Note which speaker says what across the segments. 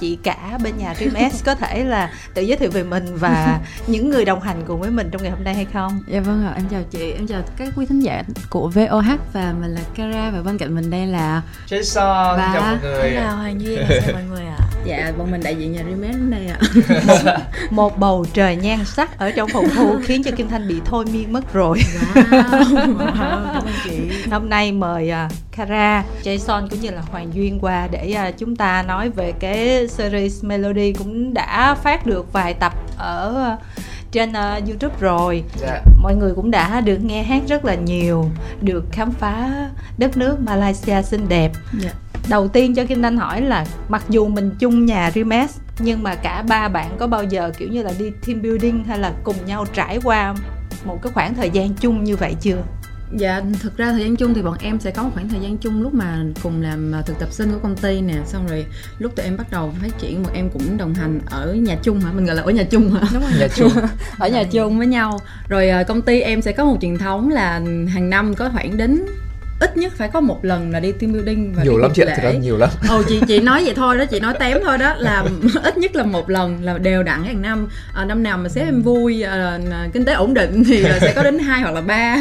Speaker 1: chị cả bên nhà Dream S có thể là tự giới thiệu về mình và những người đồng hành cùng với mình trong ngày hôm nay hay không?
Speaker 2: Dạ vâng ạ, em chào chị, em chào các quý thính giả của VOH và mình là Kara và bên cạnh mình đây là
Speaker 3: Jason,
Speaker 2: Và-
Speaker 3: chào mọi người
Speaker 4: là Hoàng Duyên chào mọi người ạ
Speaker 2: Dạ, bọn mình đại diện nhà Remake đến đây ạ
Speaker 1: Một bầu trời nhan sắc ở trong phòng thu khiến cho Kim Thanh bị thôi miên mất rồi.
Speaker 2: Wow, cảm ơn chị
Speaker 1: Hôm nay mời à, Kara, Jason cũng như là Hoàng Duyên qua để à, chúng ta nói về cái series Melody cũng đã phát được vài tập ở à, trên à, YouTube rồi.
Speaker 3: Dạ,
Speaker 1: Mọi người cũng đã được nghe hát rất là nhiều, được khám phá đất nước Malaysia xinh đẹp.
Speaker 2: Dạ.
Speaker 1: Đầu tiên cho Kim Thanh hỏi là mặc dù mình chung nhà Rimes nhưng mà cả ba bạn có bao giờ kiểu như là đi team building hay là cùng nhau trải qua một cái khoảng thời gian chung như vậy chưa?
Speaker 2: Dạ, thực ra thời gian chung thì bọn em sẽ có một khoảng thời gian chung lúc mà cùng làm à, thực tập sinh của công ty nè Xong rồi lúc tụi em bắt đầu phát triển, bọn em cũng đồng hành ở nhà chung hả? Mình gọi là ở nhà chung hả?
Speaker 4: đúng rồi
Speaker 3: nhà chung
Speaker 2: ở nhà chung với nhau rồi ờ, công ty em sẽ có một truyền thống là hàng năm có khoảng đến ít nhất phải có một lần là đi team building và đi
Speaker 3: nhiều lắm
Speaker 2: cuộc
Speaker 3: chị ạ,
Speaker 2: lễ.
Speaker 3: thật ra nhiều lắm
Speaker 2: Ồ chị chị nói vậy thôi đó, chị nói tém thôi đó là ít nhất là một lần là đều đặn hàng năm. Ờ, năm nào mà sếp em vui, ờ, kinh tế ổn định thì là sẽ có đến hai hoặc là ba.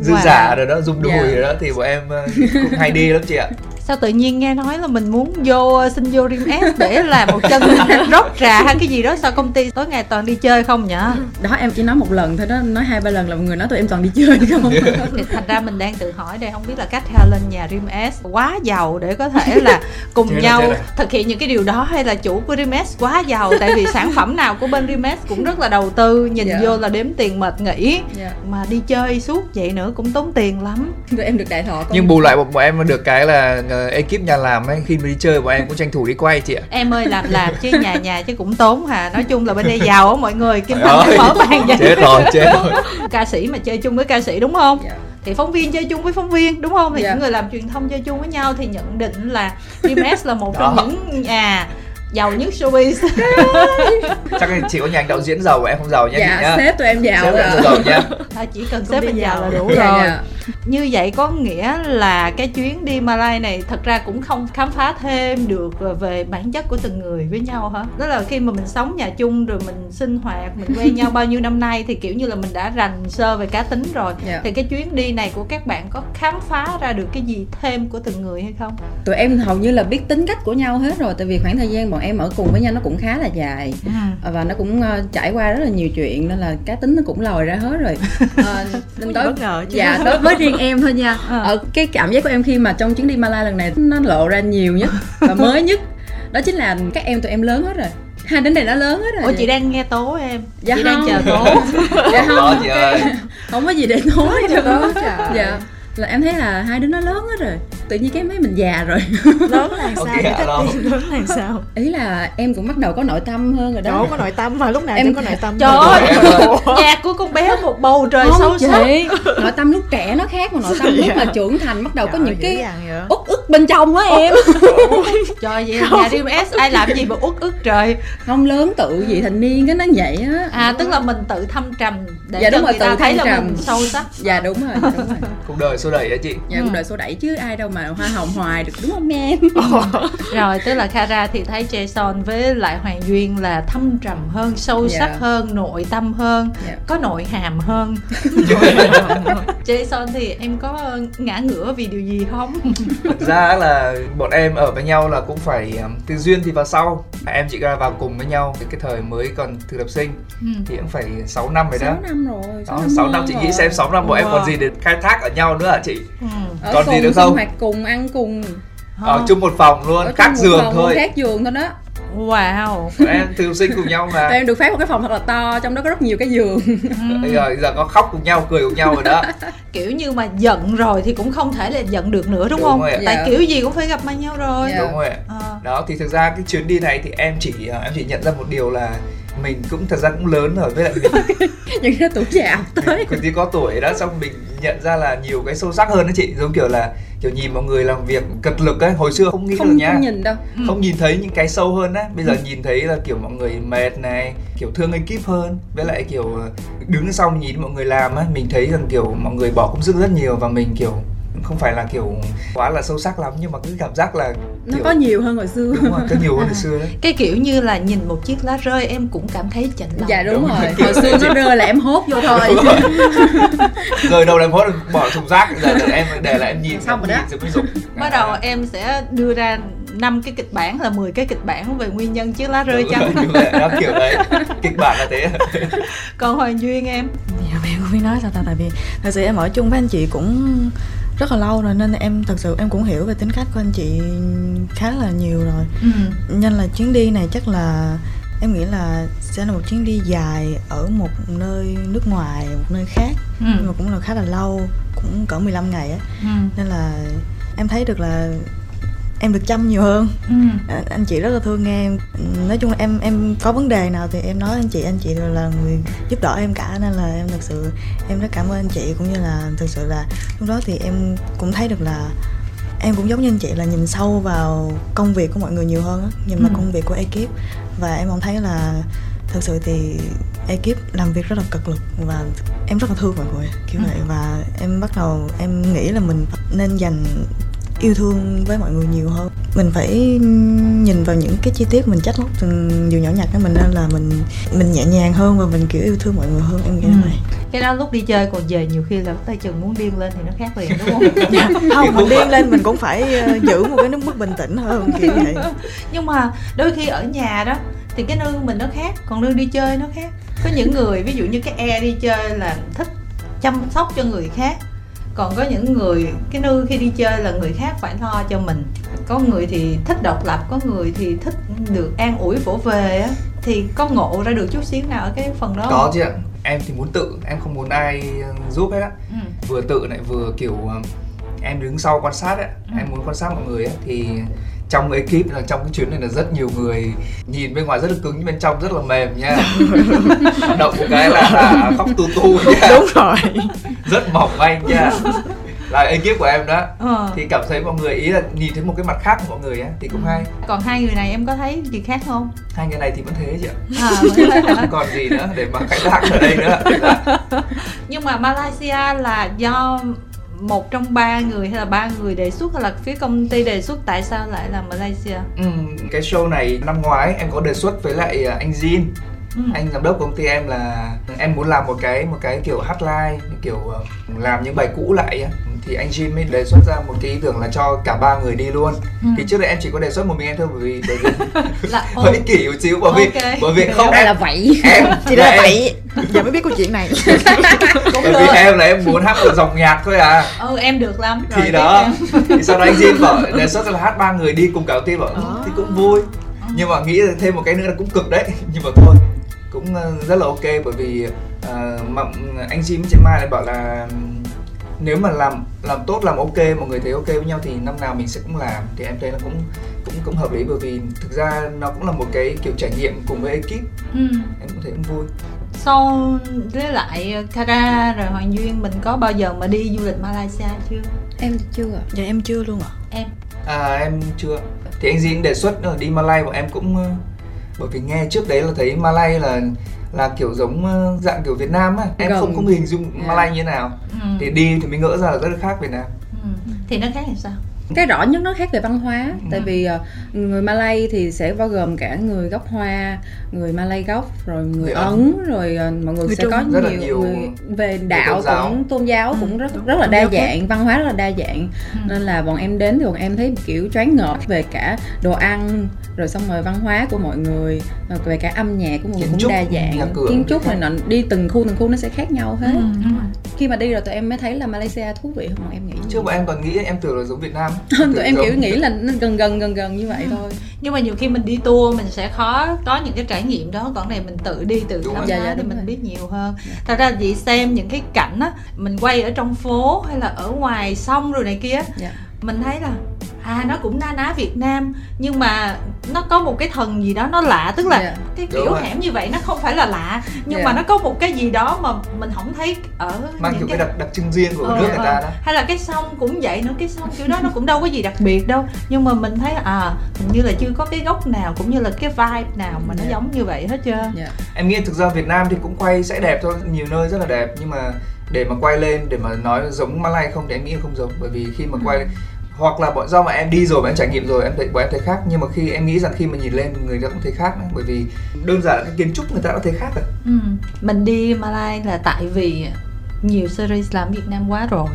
Speaker 3: Dư
Speaker 1: Wow.
Speaker 3: giả rồi đó, rung đùi
Speaker 2: Dạ.
Speaker 3: rồi đó Thì bọn em ờ, cũng hay đi lắm chị ạ
Speaker 1: Sao tự nhiên nghe nói là mình muốn vô xin vô Rimes để làm một chân rót trà hay cái gì đó sao công ty tối ngày toàn đi chơi không nhở?
Speaker 2: Đó em chỉ nói một lần thôi đó, nói hai ba lần là mọi người nói tụi em toàn đi chơi không?
Speaker 1: thì thành ra mình đang tự hỏi đây không biết là cách Helen nhà Rimes quá giàu để có thể là
Speaker 3: Thế
Speaker 1: cùng
Speaker 3: là
Speaker 1: nhau
Speaker 3: thế này.
Speaker 1: thực hiện những cái điều đó hay là chủ của Rimes quá giàu tại vì sản phẩm nào của bên Rimes cũng rất là đầu tư nhìn
Speaker 2: Dạ.
Speaker 1: vô là đếm tiền mệt nghỉ
Speaker 2: Dạ.
Speaker 1: mà đi chơi suốt vậy nữa cũng tốn tiền lắm
Speaker 2: Tụi em được đại thọ. công
Speaker 3: Nhưng bù lại bọn bọn em được cái là ờ, ekip nhà làm ấy Khi mà đi chơi bọn em cũng tranh thủ đi quay chị ạ
Speaker 1: em ơi làm làm chứ nhà nhà chứ cũng tốn hà nói chung là bên đây giàu á mọi người kim
Speaker 3: Trời
Speaker 1: thanh
Speaker 3: ơi.
Speaker 1: đã mở bàn vậy
Speaker 3: Chết rồi, chết rồi
Speaker 1: ca sĩ mà chơi chung với ca sĩ đúng không
Speaker 2: Dạ.
Speaker 1: thì phóng viên chơi chung với phóng viên đúng không thì
Speaker 2: Dạ.
Speaker 1: những người làm truyền thông chơi chung với nhau thì nhận định là Rimes là một
Speaker 3: Đó.
Speaker 1: trong những nhà giàu nhất showbiz
Speaker 3: Chắc là chỉ có nhà anh đạo diễn giàu, bọn em không giàu nha chị
Speaker 2: Dạ,
Speaker 3: nhá
Speaker 2: sếp tụi em giàu
Speaker 3: Sếp bọn em
Speaker 2: ạ.
Speaker 3: không giàu nha
Speaker 1: Thôi, chỉ cần
Speaker 4: Công
Speaker 1: sếp
Speaker 4: ty
Speaker 1: mình giàu
Speaker 4: giàu.
Speaker 1: là đủ
Speaker 2: Dạ,
Speaker 1: rồi
Speaker 2: dạ.
Speaker 1: như vậy có nghĩa là cái chuyến đi Malai này thật ra cũng không khám phá thêm được về bản chất của từng người với nhau hả đó là khi mà mình sống nhà chung rồi mình sinh hoạt mình quen nhau bao nhiêu năm nay thì kiểu như là mình đã rành sơ về cá tính rồi
Speaker 2: Dạ.
Speaker 1: thì cái chuyến đi này của các bạn có khám phá ra được cái gì thêm của từng người hay không
Speaker 2: tụi em hầu như là biết tính cách của nhau hết rồi tại vì khoảng thời gian bọn em ở cùng với nhau nó cũng khá là dài Ờ, và nó cũng ờ, trải qua rất là nhiều chuyện nên là cá tính nó cũng lòi ra hết rồi Ờ, nên đối
Speaker 4: bất ngờ chứ
Speaker 2: dạ đối với riêng em thôi nha
Speaker 1: Ờ.
Speaker 2: ở cái cảm giác của em khi mà trong chuyến đi Malai lần này nó lộ ra nhiều nhất và mới nhất đó chính là các em tụi em lớn hết rồi hai đến đây đã lớn hết rồi
Speaker 1: Ủa chị đang nghe tố em
Speaker 2: Dạ
Speaker 1: Chị đang
Speaker 2: không.
Speaker 1: chờ tố
Speaker 2: dạ
Speaker 3: Không ờ, đó
Speaker 2: không
Speaker 3: chị ơi
Speaker 2: không có gì để nói hết trơn.
Speaker 4: trời.
Speaker 2: dạ là em thấy là hai đứa nó lớn hết rồi tự nhiên cái mấy mình già rồi
Speaker 4: lớn là sao
Speaker 3: Ok,
Speaker 4: để cách
Speaker 3: alo.
Speaker 4: tin lớn là sao
Speaker 2: ý là em cũng bắt đầu có nội tâm hơn rồi đó
Speaker 4: đâu có nội tâm mà lúc nào
Speaker 2: Em-
Speaker 4: em có nội tâm
Speaker 1: Trời
Speaker 4: đâu.
Speaker 1: ơi
Speaker 3: ờ,
Speaker 1: Nhạc của con bé một bầu trời sâu
Speaker 2: không
Speaker 1: sắc
Speaker 2: chị nội tâm lúc trẻ nó khác mà nội tâm lúc mà trưởng thành bắt đầu có
Speaker 4: Trời
Speaker 2: những
Speaker 4: dữ
Speaker 2: cái
Speaker 4: dằn vậy.
Speaker 2: ức ức bên trong á em
Speaker 1: Trời vậy nhà Dream S ai làm gì mà uất ức trời
Speaker 2: không lớn tự gì thành niên cái nó vậy á
Speaker 1: À tức là mình tự thâm trầm Để
Speaker 2: Dạ,
Speaker 1: cho
Speaker 2: đúng rồi,
Speaker 1: người ta
Speaker 2: tự
Speaker 1: thấy
Speaker 2: thâm
Speaker 1: là
Speaker 2: trầm.
Speaker 1: mình sâu sắc
Speaker 2: dạ đúng rồi dạ, đúng rồi
Speaker 3: Cuộc đời xô đẩy đó chị
Speaker 2: dạ cuộc đời số đẩy chứ ai đâu mà hoa hồng hoài được đúng không em
Speaker 1: Rồi tức là Kara thì thấy Jason với lại Hoàng Duyên là thâm trầm hơn, sâu
Speaker 2: Dạ.
Speaker 1: sắc hơn, nội tâm hơn
Speaker 2: Dạ.
Speaker 1: Có nội hàm hơn Jason thì em có ờ, ngã ngửa vì điều gì không?
Speaker 3: Thực ra là bọn em ở với nhau là cũng phải um, từ duyên thì vào sau Em chị ra vào cùng với nhau cái- cái thời mới còn thực tập sinh
Speaker 1: Ừ.
Speaker 3: thì cũng phải 6 năm rồi đó.
Speaker 2: sáu năm rồi
Speaker 3: Đó, 6 Ờ, năm chị nghĩ xem 6 năm bọn em
Speaker 2: Ờ.
Speaker 3: còn gì để khai thác ở nhau nữa hả chị?
Speaker 1: Ừ.
Speaker 3: còn
Speaker 2: còn
Speaker 3: gì
Speaker 2: cùng,
Speaker 3: nữa
Speaker 2: sinh
Speaker 3: không?
Speaker 2: hoạt cùng ăn cùng
Speaker 3: Ở Ờ, chung một phòng luôn,
Speaker 2: ở
Speaker 3: khác
Speaker 2: Ờ. chung một
Speaker 3: giường
Speaker 2: phòng,
Speaker 3: thôi.
Speaker 2: khác giường thôi đó
Speaker 1: Wow
Speaker 3: Bọn em thường sinh cùng nhau
Speaker 2: tụi
Speaker 3: mà.
Speaker 2: em được phát một cái phòng thật là to trong đó có rất nhiều cái giường
Speaker 3: Bây giờ, giờ có khóc cùng nhau, cười cùng nhau rồi đó.
Speaker 1: Ừ.
Speaker 2: Dạ.
Speaker 1: kiểu như mà giận rồi thì cũng không thể là giận được nữa đúng,
Speaker 3: Đúng
Speaker 1: không
Speaker 3: rồi ạ.
Speaker 1: tại
Speaker 2: Dạ.
Speaker 1: kiểu gì cũng phải gặp mặt nhau rồi
Speaker 2: Dạ.
Speaker 3: Đúng rồi. ạ.
Speaker 1: Ờ,
Speaker 3: Đó thì thực ra cái chuyến đi này thì em chỉ à, em chỉ nhận ra một điều là mình cũng thật ra cũng lớn rồi với lại mình
Speaker 2: những cái tuổi già tới
Speaker 3: cứ tí có tuổi đó xong mình nhận ra là nhiều cái sâu sắc hơn đó chị giống kiểu là kiểu nhìn mọi người làm việc cật lực ấy hồi xưa không nghĩ được
Speaker 2: không,
Speaker 3: nha
Speaker 2: không nhìn đâu
Speaker 1: Ừ.
Speaker 3: không nhìn thấy những cái sâu hơn á bây giờ
Speaker 2: Ừ.
Speaker 3: nhìn thấy là kiểu mọi người mệt này kiểu thương ekip hơn với lại kiểu ờ, đứng sau nhìn mọi người làm á mình thấy rằng kiểu mọi người bỏ công sức rất nhiều và mình kiểu không phải là kiểu quá là sâu sắc lắm nhưng mà cứ cảm giác là
Speaker 2: nó
Speaker 3: kiểu-
Speaker 2: có nhiều hơn hồi xưa
Speaker 3: đúng rồi, có nhiều hơn ngày xưa đấy
Speaker 1: cái kiểu như là nhìn một chiếc lá rơi em cũng cảm thấy chạnh lòng
Speaker 2: dạ đúng,
Speaker 3: Đúng
Speaker 2: rồi
Speaker 3: rồi.
Speaker 2: hồi xưa nó rơi là em hốt vô thôi
Speaker 3: rồi đầu em hốt bỏ thùng rác giờ để em để là em nhìn
Speaker 2: Xong rồi đó.
Speaker 3: nhìn rồi mới dùng
Speaker 1: bắt đầu em sẽ đưa ra năm cái kịch bản là 10 cái kịch bản về nguyên nhân chiếc lá rơi
Speaker 3: Đúng
Speaker 1: trắng
Speaker 3: rồi, đúng rồi, đó kiểu đấy kịch bản là thế
Speaker 1: còn hoàng duyên em
Speaker 4: Dạ mẹ cũng biết nói sao ta tại vì thật sự em ở chung với anh chị cũng rất là lâu rồi nên em thật sự em cũng hiểu về tính cách của anh chị khá là nhiều rồi nên là chuyến đi này chắc là em nghĩ là sẽ là một chuyến đi dài ở một nơi nước ngoài một nơi khác nhưng
Speaker 1: Ừ.
Speaker 4: mà cũng là khá là lâu cũng cỡ 15 ngày á nên là em thấy được là em được chăm nhiều hơn À, anh chị rất là thương em nói chung là em em có vấn đề nào thì em nói anh chị anh chị đều là người giúp đỡ em cả nên là em thật sự em rất cảm ơn anh chị cũng như là thực sự là lúc đó thì em cũng thấy được là em cũng giống như anh chị là nhìn sâu vào công việc của mọi người nhiều hơn á nhìn vào
Speaker 1: Ừ.
Speaker 4: công việc của ekip và em cũng thấy là thực sự thì ekip làm việc rất là cực lực và em rất là thương mọi người kiểu
Speaker 1: Ừ.
Speaker 4: vậy và em bắt đầu em nghĩ là mình nên dành yêu thương với mọi người nhiều hơn mình phải nhìn vào những cái chi tiết mình trách móc từng điều nhỏ nhặt của mình nên là mình mình nhẹ nhàng hơn và mình kiểu yêu thương mọi người hơn em nghĩ
Speaker 1: Ừ.
Speaker 4: là vậy
Speaker 1: cái đó lúc đi chơi còn về nhiều khi là tay chừng muốn điên lên thì nó khác liền đúng không
Speaker 4: không mình điên lên mình cũng phải ờ, giữ một cái nước mức bình tĩnh hơn kiểu vậy
Speaker 1: nhưng mà đôi khi ở nhà đó thì cái nương mình nó khác còn nương đi chơi nó khác có những người ví dụ như cái e đi chơi là thích chăm sóc cho người khác còn có những người cái nư khi đi chơi là người khác phải lo cho mình có người thì thích độc lập có người thì thích được an ủi vỗ về á thì có ngộ ra được chút xíu nào ở cái phần đó
Speaker 2: Ờ.
Speaker 3: có
Speaker 1: không?
Speaker 3: chứ ạ em thì muốn tự em không muốn ai ừ, giúp hết á
Speaker 1: ừ.
Speaker 3: vừa tự lại vừa kiểu ờ, em đứng sau quan sát ấy,
Speaker 1: Ừ.
Speaker 3: em muốn quan sát mọi người ấy, thì trong ekip là trong cái chuyến này là rất nhiều người nhìn bên ngoài rất là cứng nhưng bên trong rất là mềm nha động một cái là, là khóc tu tu nha
Speaker 4: đúng rồi
Speaker 3: rất mỏng manh nha là ekip của em đó
Speaker 1: Ờ.
Speaker 3: thì cảm thấy mọi người ý là nhìn thấy một cái mặt khác của mọi người ấy, thì cũng hay
Speaker 1: còn hai người này em có thấy gì khác không
Speaker 3: hai người này thì vẫn thế chị ạ
Speaker 1: à, vẫn thế hả?
Speaker 3: không còn gì nữa để mà khai thác ở đây nữa
Speaker 1: nhưng mà Malaysia là do một trong ba người hay là ba người đề xuất hay là phía công ty đề xuất tại sao lại là Malaysia
Speaker 3: Ừm, Ừ, cái show này năm ngoái em có đề xuất với lại à, anh Jin
Speaker 1: ừ.
Speaker 3: anh giám đốc của công ty em là em muốn làm một cái một cái kiểu hotline kiểu ờ, làm những bài cũ lại á thì anh Jim mới đề xuất ra một cái ý tưởng là cho cả ba người đi luôn
Speaker 1: Ừ.
Speaker 3: thì trước đây em chỉ có đề xuất một mình em thôi bởi vì bởi vì
Speaker 1: là ừ,
Speaker 3: hơi ích kỷ một xíu bởi vì
Speaker 1: Ok.
Speaker 3: bởi vì không
Speaker 2: Hay
Speaker 3: em
Speaker 2: là vậy
Speaker 3: em
Speaker 4: chị
Speaker 3: là
Speaker 4: đã
Speaker 3: em,
Speaker 4: vậy giờ mới biết câu chuyện này
Speaker 3: bởi vì em là em muốn hát một dòng nhạc thôi à
Speaker 1: ừ, em được lắm rồi
Speaker 3: thì
Speaker 1: tiếp
Speaker 3: đó
Speaker 1: em.
Speaker 3: thì sau đó anh Jim bảo đề xuất là hát ba người đi cùng cả công ty bảo "Ừ, thì cũng vui nhưng mà nghĩ là thêm một cái nữa là cũng cực đấy nhưng mà thôi cũng ờ, rất là ok bởi vì ờ, mà anh Jim với chị Mai lại bảo là ừm, nếu mà làm làm tốt làm ok mọi người thấy ok với nhau thì năm nào mình sẽ cũng làm thì em thấy là cũng cũng cũng hợp lý bởi vì thực ra nó cũng là một cái kiểu trải nghiệm cùng với ekip
Speaker 1: ừ.
Speaker 3: em cũng thấy cũng vui
Speaker 1: sau với lại Kara rồi Hoàng Duyên mình có bao giờ mà đi du lịch Malaysia chưa
Speaker 2: em chưa
Speaker 4: dạ em chưa luôn ạ
Speaker 1: em
Speaker 3: À em chưa. Thì anh Jin đề xuất là đi Malay bọn em cũng ờ, bởi vì nghe trước đấy là thấy Malay là là kiểu giống ờ, dạng kiểu Việt Nam á. Em
Speaker 2: Gần.
Speaker 3: không không hình dung
Speaker 2: Yeah.
Speaker 3: Malay như thế nào.
Speaker 1: ừ.
Speaker 3: Thì đi thì mới ngỡ ra là rất là khác Việt Nam.
Speaker 1: Ừ. thì nó khác làm sao
Speaker 2: cái rõ nhất nó khác về văn hóa
Speaker 3: Ừ.
Speaker 2: tại vì ờ, người Malay thì sẽ bao gồm cả người gốc Hoa người Malay gốc rồi người,
Speaker 3: Người
Speaker 2: Ấn rồi ờ, mọi người
Speaker 4: Người
Speaker 2: sẽ
Speaker 4: Trung.
Speaker 2: có
Speaker 3: Rất là
Speaker 2: nhiều,
Speaker 3: nhiều-
Speaker 2: người về đạo
Speaker 3: tôn giáo.
Speaker 2: cũng tôn giáo
Speaker 4: Ừ,
Speaker 2: cũng rất
Speaker 4: đúng.
Speaker 2: rất là
Speaker 4: Tôn
Speaker 2: đa
Speaker 4: giáo khác.
Speaker 2: dạng văn hóa rất là đa dạng
Speaker 1: Ừ.
Speaker 2: nên là bọn em đến thì bọn em thấy kiểu choáng ngợp về cả đồ ăn rồi xong rồi văn hóa của mọi người rồi về cả âm nhạc của mọi người
Speaker 3: Kiến
Speaker 2: cũng
Speaker 3: trúc,
Speaker 2: đa dạng
Speaker 3: nhà cửa
Speaker 2: kiến
Speaker 3: cũng
Speaker 2: trúc
Speaker 3: khác.
Speaker 2: rồi nọ đi từng khu từng khu nó sẽ khác nhau hết
Speaker 4: Ừ.
Speaker 1: đúng rồi.
Speaker 2: khi mà đi rồi tụi em mới thấy là Malaysia thú vị hơn bọn em nghĩ
Speaker 1: Ừ.
Speaker 3: Trước bọn em còn nghĩ em tưởng là giống Việt Nam.
Speaker 2: tụi em kiểu nghĩ là nó gần gần gần gần như vậy
Speaker 1: Ừ.
Speaker 2: thôi
Speaker 1: nhưng mà nhiều khi mình đi tour mình sẽ khó có những cái trải nghiệm đó còn này mình tự đi tự khám
Speaker 3: Đúng rồi.
Speaker 1: phá
Speaker 2: Dạ, dạ,
Speaker 1: thì
Speaker 2: đúng
Speaker 1: mình
Speaker 2: rồi.
Speaker 1: biết nhiều hơn
Speaker 2: Dạ.
Speaker 1: thật ra chị xem những cái cảnh á mình quay ở trong phố hay là ở ngoài sông rồi này kia
Speaker 2: Dạ.
Speaker 1: mình thấy là à nó cũng na ná Việt Nam nhưng mà nó có một cái thần gì đó nó lạ tức là
Speaker 2: Dạ.
Speaker 1: cái
Speaker 3: Đúng
Speaker 1: kiểu
Speaker 3: rồi.
Speaker 1: hẻm như vậy nó không phải là lạ nhưng
Speaker 2: Dạ.
Speaker 1: mà nó có một cái gì đó mà mình không thấy ở
Speaker 3: mang kiểu
Speaker 1: những
Speaker 3: cái
Speaker 1: cái
Speaker 3: đặc đặc trưng riêng của
Speaker 1: Ờ,
Speaker 3: nước người
Speaker 1: ờ.
Speaker 3: ta đó.
Speaker 1: hay là cái sông cũng vậy nữa cái sông kiểu đó nó cũng đâu có gì đặc biệt đâu nhưng mà mình thấy à hình như là chưa có cái gốc nào cũng như là cái vibe nào mà nó
Speaker 2: Dạ.
Speaker 1: giống như vậy hết trơn
Speaker 2: dạ
Speaker 3: Em nghĩ thực ra Việt Nam thì cũng quay sẽ đẹp thôi, nhiều nơi rất là đẹp nhưng mà để mà quay lên để mà nói giống Malay không thì em nghĩ là không giống bởi vì khi mà quay lên, hoặc là bọn do mà em đi rồi mà em trải nghiệm rồi em thấy bọn em thấy khác nhưng mà khi em nghĩ rằng khi mà nhìn lên người ta cũng thấy khác nữa. bởi vì đơn giản là cái kiến trúc người ta đã thấy khác rồi
Speaker 1: Ừ. Mình đi Malai là tại vì nhiều series làm Việt Nam quá rồi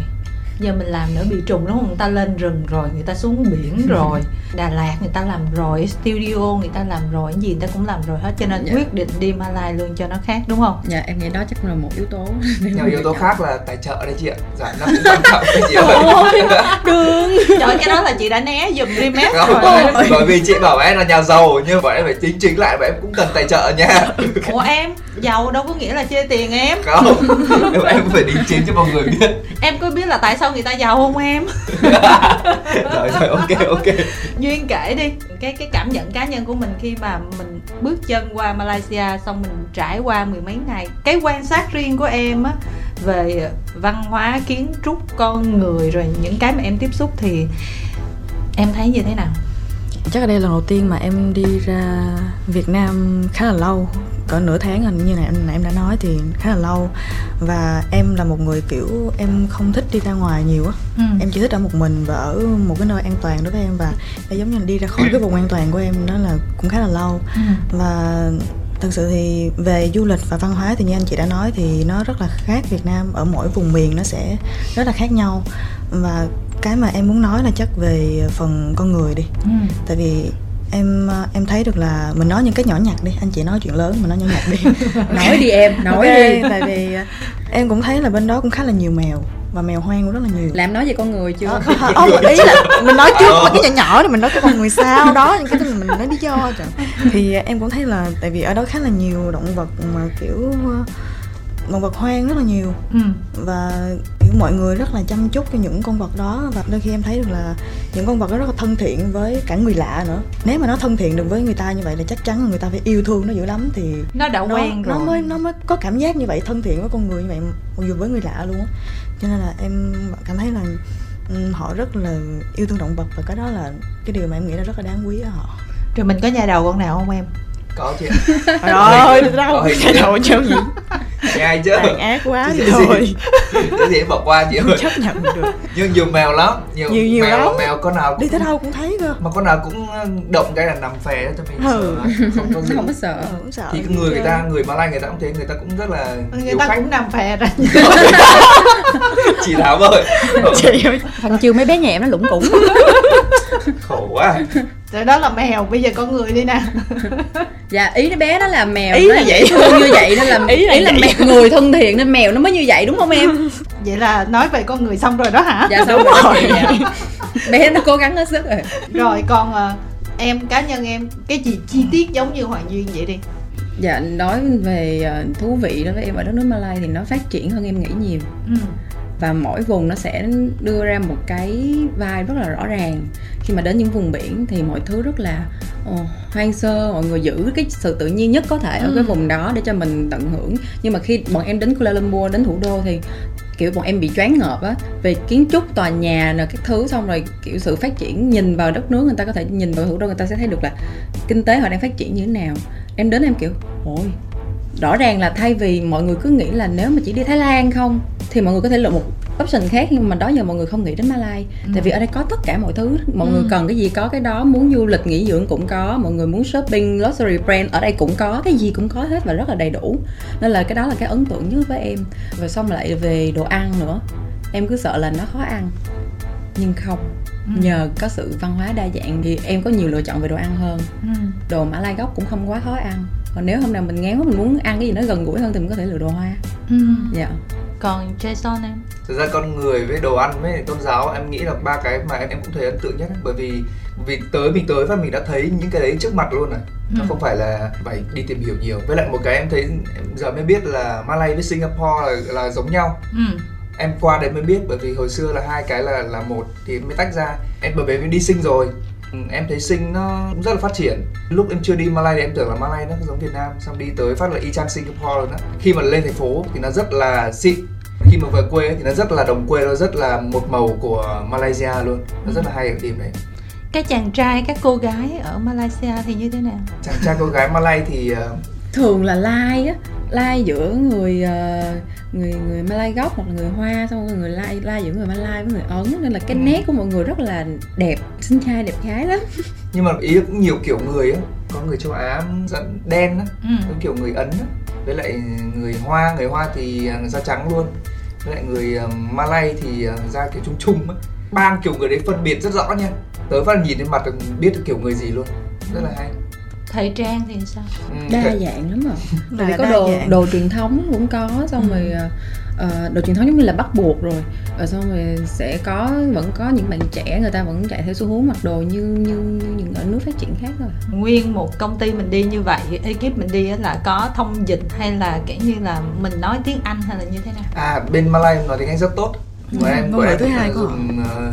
Speaker 1: giờ mình làm nữa bị trùng đúng không người ta lên rừng rồi người ta xuống biển rồi đà lạt người ta làm rồi studio người ta làm rồi cái gì người ta cũng làm rồi hết cho nên
Speaker 2: Dạ.
Speaker 1: quyết định đi malai luôn cho nó khác đúng không
Speaker 2: dạ em nghĩ đó chắc là một yếu tố
Speaker 3: nhưng mà yếu tố khác là tài trợ đấy chị ạ giải năm cũng quan trọng đấy chị ơi
Speaker 2: đường
Speaker 1: trời cái đó là chị đã né dùm remake
Speaker 3: Đó,
Speaker 1: rồi
Speaker 3: bởi vì chị bảo em là nhà giàu nhưng bọn em phải chính chính lại và em cũng cần tài trợ nha
Speaker 1: ủa em giàu đâu có nghĩa là chê tiền em
Speaker 3: không nhưng mà em cũng phải đính chính cho mọi người biết
Speaker 1: em có biết là tại sao người ta giàu không em
Speaker 3: rồi rồi Dạ, ok ok
Speaker 1: duyên kể đi cái cái cảm nhận cá nhân của mình khi mà mình bước chân qua Malaysia xong mình trải qua mười mấy ngày cái quan sát riêng của em á về văn hóa kiến trúc con người rồi những cái mà em tiếp xúc thì em thấy như thế nào
Speaker 4: chắc là đây là lần đầu tiên mà em đi ra Việt Nam khá là lâu cỡ nửa tháng rồi như này em, em đã nói thì khá là lâu và em là một người kiểu em không thích đi ra ngoài nhiều á
Speaker 1: ừ.
Speaker 4: em chỉ thích ở một mình và ở một cái nơi an toàn đối với em và em giống như là đi ra khỏi cái vùng an toàn của em đó là cũng khá là lâu
Speaker 1: Ừ.
Speaker 4: và thực sự thì về du lịch và văn hóa thì như anh chị đã nói thì nó rất là khác Việt Nam ở mỗi vùng miền nó sẽ rất là khác nhau và cái mà em muốn nói là chắc về phần con người đi
Speaker 1: Ừ.
Speaker 4: tại vì em em thấy được là mình nói những cái nhỏ nhặt đi anh chị nói chuyện lớn mình nói nhỏ nhặt đi
Speaker 2: nói đi em nói
Speaker 4: Ok,
Speaker 2: đi
Speaker 4: tại vì ờ, em cũng thấy là bên đó cũng khá là nhiều mèo và mèo hoang cũng rất là nhiều
Speaker 2: làm nói về con người chưa
Speaker 4: Ờ, ý là mình nói trước mà cái nhỏ nhỏ thì mình nói cái con người sao đó những cái mình mình nói lý do trời. thì em cũng thấy là tại vì ở đó khá là nhiều động vật mà kiểu ờ, động vật hoang rất là nhiều
Speaker 1: Ừ.
Speaker 4: và kiểu mọi người rất là chăm chút cho những con vật đó và đôi khi em thấy được là những con vật đó rất là thân thiện với cả người lạ nữa nếu mà nó thân thiện được với người ta như vậy là chắc chắn là người ta phải yêu thương nó dữ lắm thì
Speaker 1: nó đã
Speaker 4: nó,
Speaker 1: quen
Speaker 4: nó
Speaker 1: rồi
Speaker 4: mới nó mới có cảm giác như vậy thân thiện với con người như vậy mặc dù với người lạ luôn á cho nên là em cảm thấy là ừm, họ rất là yêu thương động vật và cái đó là cái điều mà em nghĩ là rất là đáng quý ở họ
Speaker 1: rồi mình có nhà đầu con nào không em
Speaker 3: có chị ạ
Speaker 4: trời
Speaker 3: ơi, đâu,
Speaker 4: đâu
Speaker 3: cái
Speaker 4: cái đầu trêu gì
Speaker 3: nghe chứ
Speaker 4: tàn ác quá
Speaker 3: Cái gì?
Speaker 4: rồi
Speaker 3: cái gì em bỏ qua chị ơi
Speaker 4: chấp nhận được
Speaker 3: nhưng nhiều mèo lắm nhiều,
Speaker 4: Nhiều- nhiều
Speaker 3: mèo
Speaker 4: lắm.
Speaker 3: mèo con nào
Speaker 4: đi
Speaker 3: cũng
Speaker 4: tới đâu cũng thấy cơ
Speaker 3: mà con nào cũng ờ, động cái là nằm phè cho mình
Speaker 4: Ừ.
Speaker 3: sợ không có
Speaker 2: nó
Speaker 3: gì
Speaker 2: không có sợ
Speaker 4: Ờ, cũng sợ
Speaker 3: thì cái người người ta người Malay người ta cũng thế người ta cũng rất là
Speaker 1: người
Speaker 3: hiếu
Speaker 1: ta
Speaker 3: khách
Speaker 1: cũng nằm phè ra
Speaker 3: chị thảo ơi
Speaker 4: chị ơi
Speaker 2: thằng chiều mấy bé nhẹ nó lủng củng
Speaker 3: khổ quá
Speaker 1: rồi đó là mèo bây giờ con người đi nè
Speaker 2: dạ ý đứa bé đó là mèo
Speaker 4: Ý
Speaker 2: nó
Speaker 4: là vậy.
Speaker 2: thương như vậy nên là
Speaker 4: Ý
Speaker 2: ý
Speaker 4: là
Speaker 2: là, mèo người thân thiện nên mèo nó mới như vậy đúng không em
Speaker 1: vậy là nói về con người xong rồi đó hả
Speaker 2: dạ xong rồi bé nó cố gắng hết sức rồi
Speaker 1: rồi còn ờ, em cá nhân em cái gì chi tiết giống như hoàng duyên vậy đi
Speaker 2: dạ nói về ờ, thú vị đối với em ở đất nước Malay thì nó phát triển hơn em nghĩ nhiều
Speaker 1: ừ.
Speaker 2: và mỗi vùng nó sẽ đưa ra một cái vai rất là rõ ràng khi mà đến những vùng biển thì mọi thứ rất là ờ, hoang sơ mọi người giữ cái sự tự nhiên nhất có thể ở
Speaker 1: Ừ.
Speaker 2: cái vùng đó để cho mình tận hưởng nhưng mà khi bọn em đến Kuala Lumpur đến thủ đô thì kiểu bọn em bị choáng ngợp á về kiến trúc tòa nhà nè các thứ xong rồi kiểu sự phát triển nhìn vào đất nước người ta có thể nhìn vào thủ đô người ta sẽ thấy được là kinh tế họ đang phát triển như thế nào em đến em kiểu ôi rõ ràng là thay vì mọi người cứ nghĩ là nếu mà chỉ đi Thái Lan không thì mọi người có thể lựa một option khác nhưng mà đó giờ mọi người không nghĩ đến Malai tại vì ở đây có tất cả mọi thứ mọi
Speaker 1: Ừ.
Speaker 2: người cần cái gì có cái đó muốn du lịch nghỉ dưỡng cũng có mọi người muốn shopping luxury brand ở đây cũng có cái gì cũng có hết và rất là đầy đủ nên là cái đó là cái ấn tượng nhất với em và xong lại về đồ ăn nữa em cứ sợ là nó khó ăn nhưng không
Speaker 1: Ừ.
Speaker 2: nhờ có sự văn hóa đa dạng thì em có nhiều lựa chọn về đồ ăn hơn
Speaker 1: Ừ.
Speaker 2: đồ mã lai gốc cũng không quá khó ăn còn nếu hôm nào mình ngán quá mình muốn ăn cái gì nó gần gũi hơn thì mình có thể lựa đồ hoa
Speaker 1: Ừ.
Speaker 2: dạ
Speaker 1: còn jason em
Speaker 3: thực ra con người với đồ ăn với tôn giáo em nghĩ là ba cái mà em, em cũng thấy ấn tượng nhất ấy. bởi vì vì tới mình tới và mình đã thấy những cái đấy trước mặt luôn rồi nó
Speaker 1: Ừ.
Speaker 3: không phải là phải đi tìm hiểu nhiều với lại một cái em thấy em giờ mới biết là Malay với Singapore là, là giống nhau
Speaker 1: ừ.
Speaker 3: em qua đấy mới biết bởi vì hồi xưa là hai cái là là một thì mới tách ra em bởi vì em đi sinh rồi Ừ, em thấy sinh nó cũng rất là phát triển lúc em chưa đi Malay thì em tưởng là Malay nó cũng giống Việt Nam xong đi tới phát là y chang Singapore luôn á khi mà lên thành phố thì nó rất là xịn khi mà về quê thì nó rất là đồng quê nó rất là một màu của Malaysia luôn nó rất là hay ở điểm đấy
Speaker 1: cái chàng trai các cô gái ở malaysia thì như thế nào
Speaker 3: chàng trai cô gái Malay thì ờ,
Speaker 2: thường là lai á lai giữa người ờ, người người Malay gốc hoặc là người Hoa xong rồi người lai lai giữa người Malay với người Ấn nên là cái
Speaker 3: Ừ.
Speaker 2: nét của mọi người rất là đẹp xinh trai đẹp gái lắm
Speaker 3: nhưng mà ý là cũng nhiều kiểu người á có người châu á dẫn đen á
Speaker 1: ừ.
Speaker 3: có kiểu người ấn á với lại người hoa người hoa thì à, da trắng luôn với lại người à, malay thì à, da kiểu trung trung á ba kiểu người đấy phân biệt rất rõ nha tới phát là nhìn lên mặt là biết được kiểu người gì luôn rất là hay
Speaker 1: thời trang thì sao
Speaker 3: ừ,
Speaker 2: đa
Speaker 3: thế-
Speaker 2: dạng lắm à tại
Speaker 4: Là
Speaker 2: vì có
Speaker 4: đa
Speaker 2: đồ
Speaker 4: dạng. Ừ.
Speaker 2: đồ truyền thống cũng có xong rồi ờ, đồ truyền thống giống như là bắt buộc rồi và xong rồi sẽ có vẫn có những bạn trẻ người ta vẫn chạy theo xu hướng mặc đồ như như, như những ở nước phát triển khác thôi
Speaker 1: nguyên một công ty mình đi như vậy ekip mình đi á là có thông dịch hay là kiểu như là mình nói tiếng anh hay là như thế nào
Speaker 3: à bên malay nói tiếng anh rất tốt của
Speaker 4: Ừ,
Speaker 3: em
Speaker 4: ngôn
Speaker 3: của
Speaker 4: ngữ
Speaker 3: em
Speaker 4: thứ hai của họ.
Speaker 3: dùng ờ,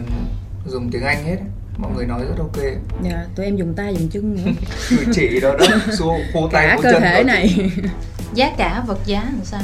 Speaker 3: dùng tiếng anh hết á. mọi người nói rất ok
Speaker 2: dạ tụi em dùng tay dùng chân nữa
Speaker 3: cử chỉ đó đó xô khô tay
Speaker 2: cả
Speaker 3: khô
Speaker 2: cơ
Speaker 3: chân
Speaker 2: thể
Speaker 3: rồi.
Speaker 2: này
Speaker 1: giá cả vật giá làm sao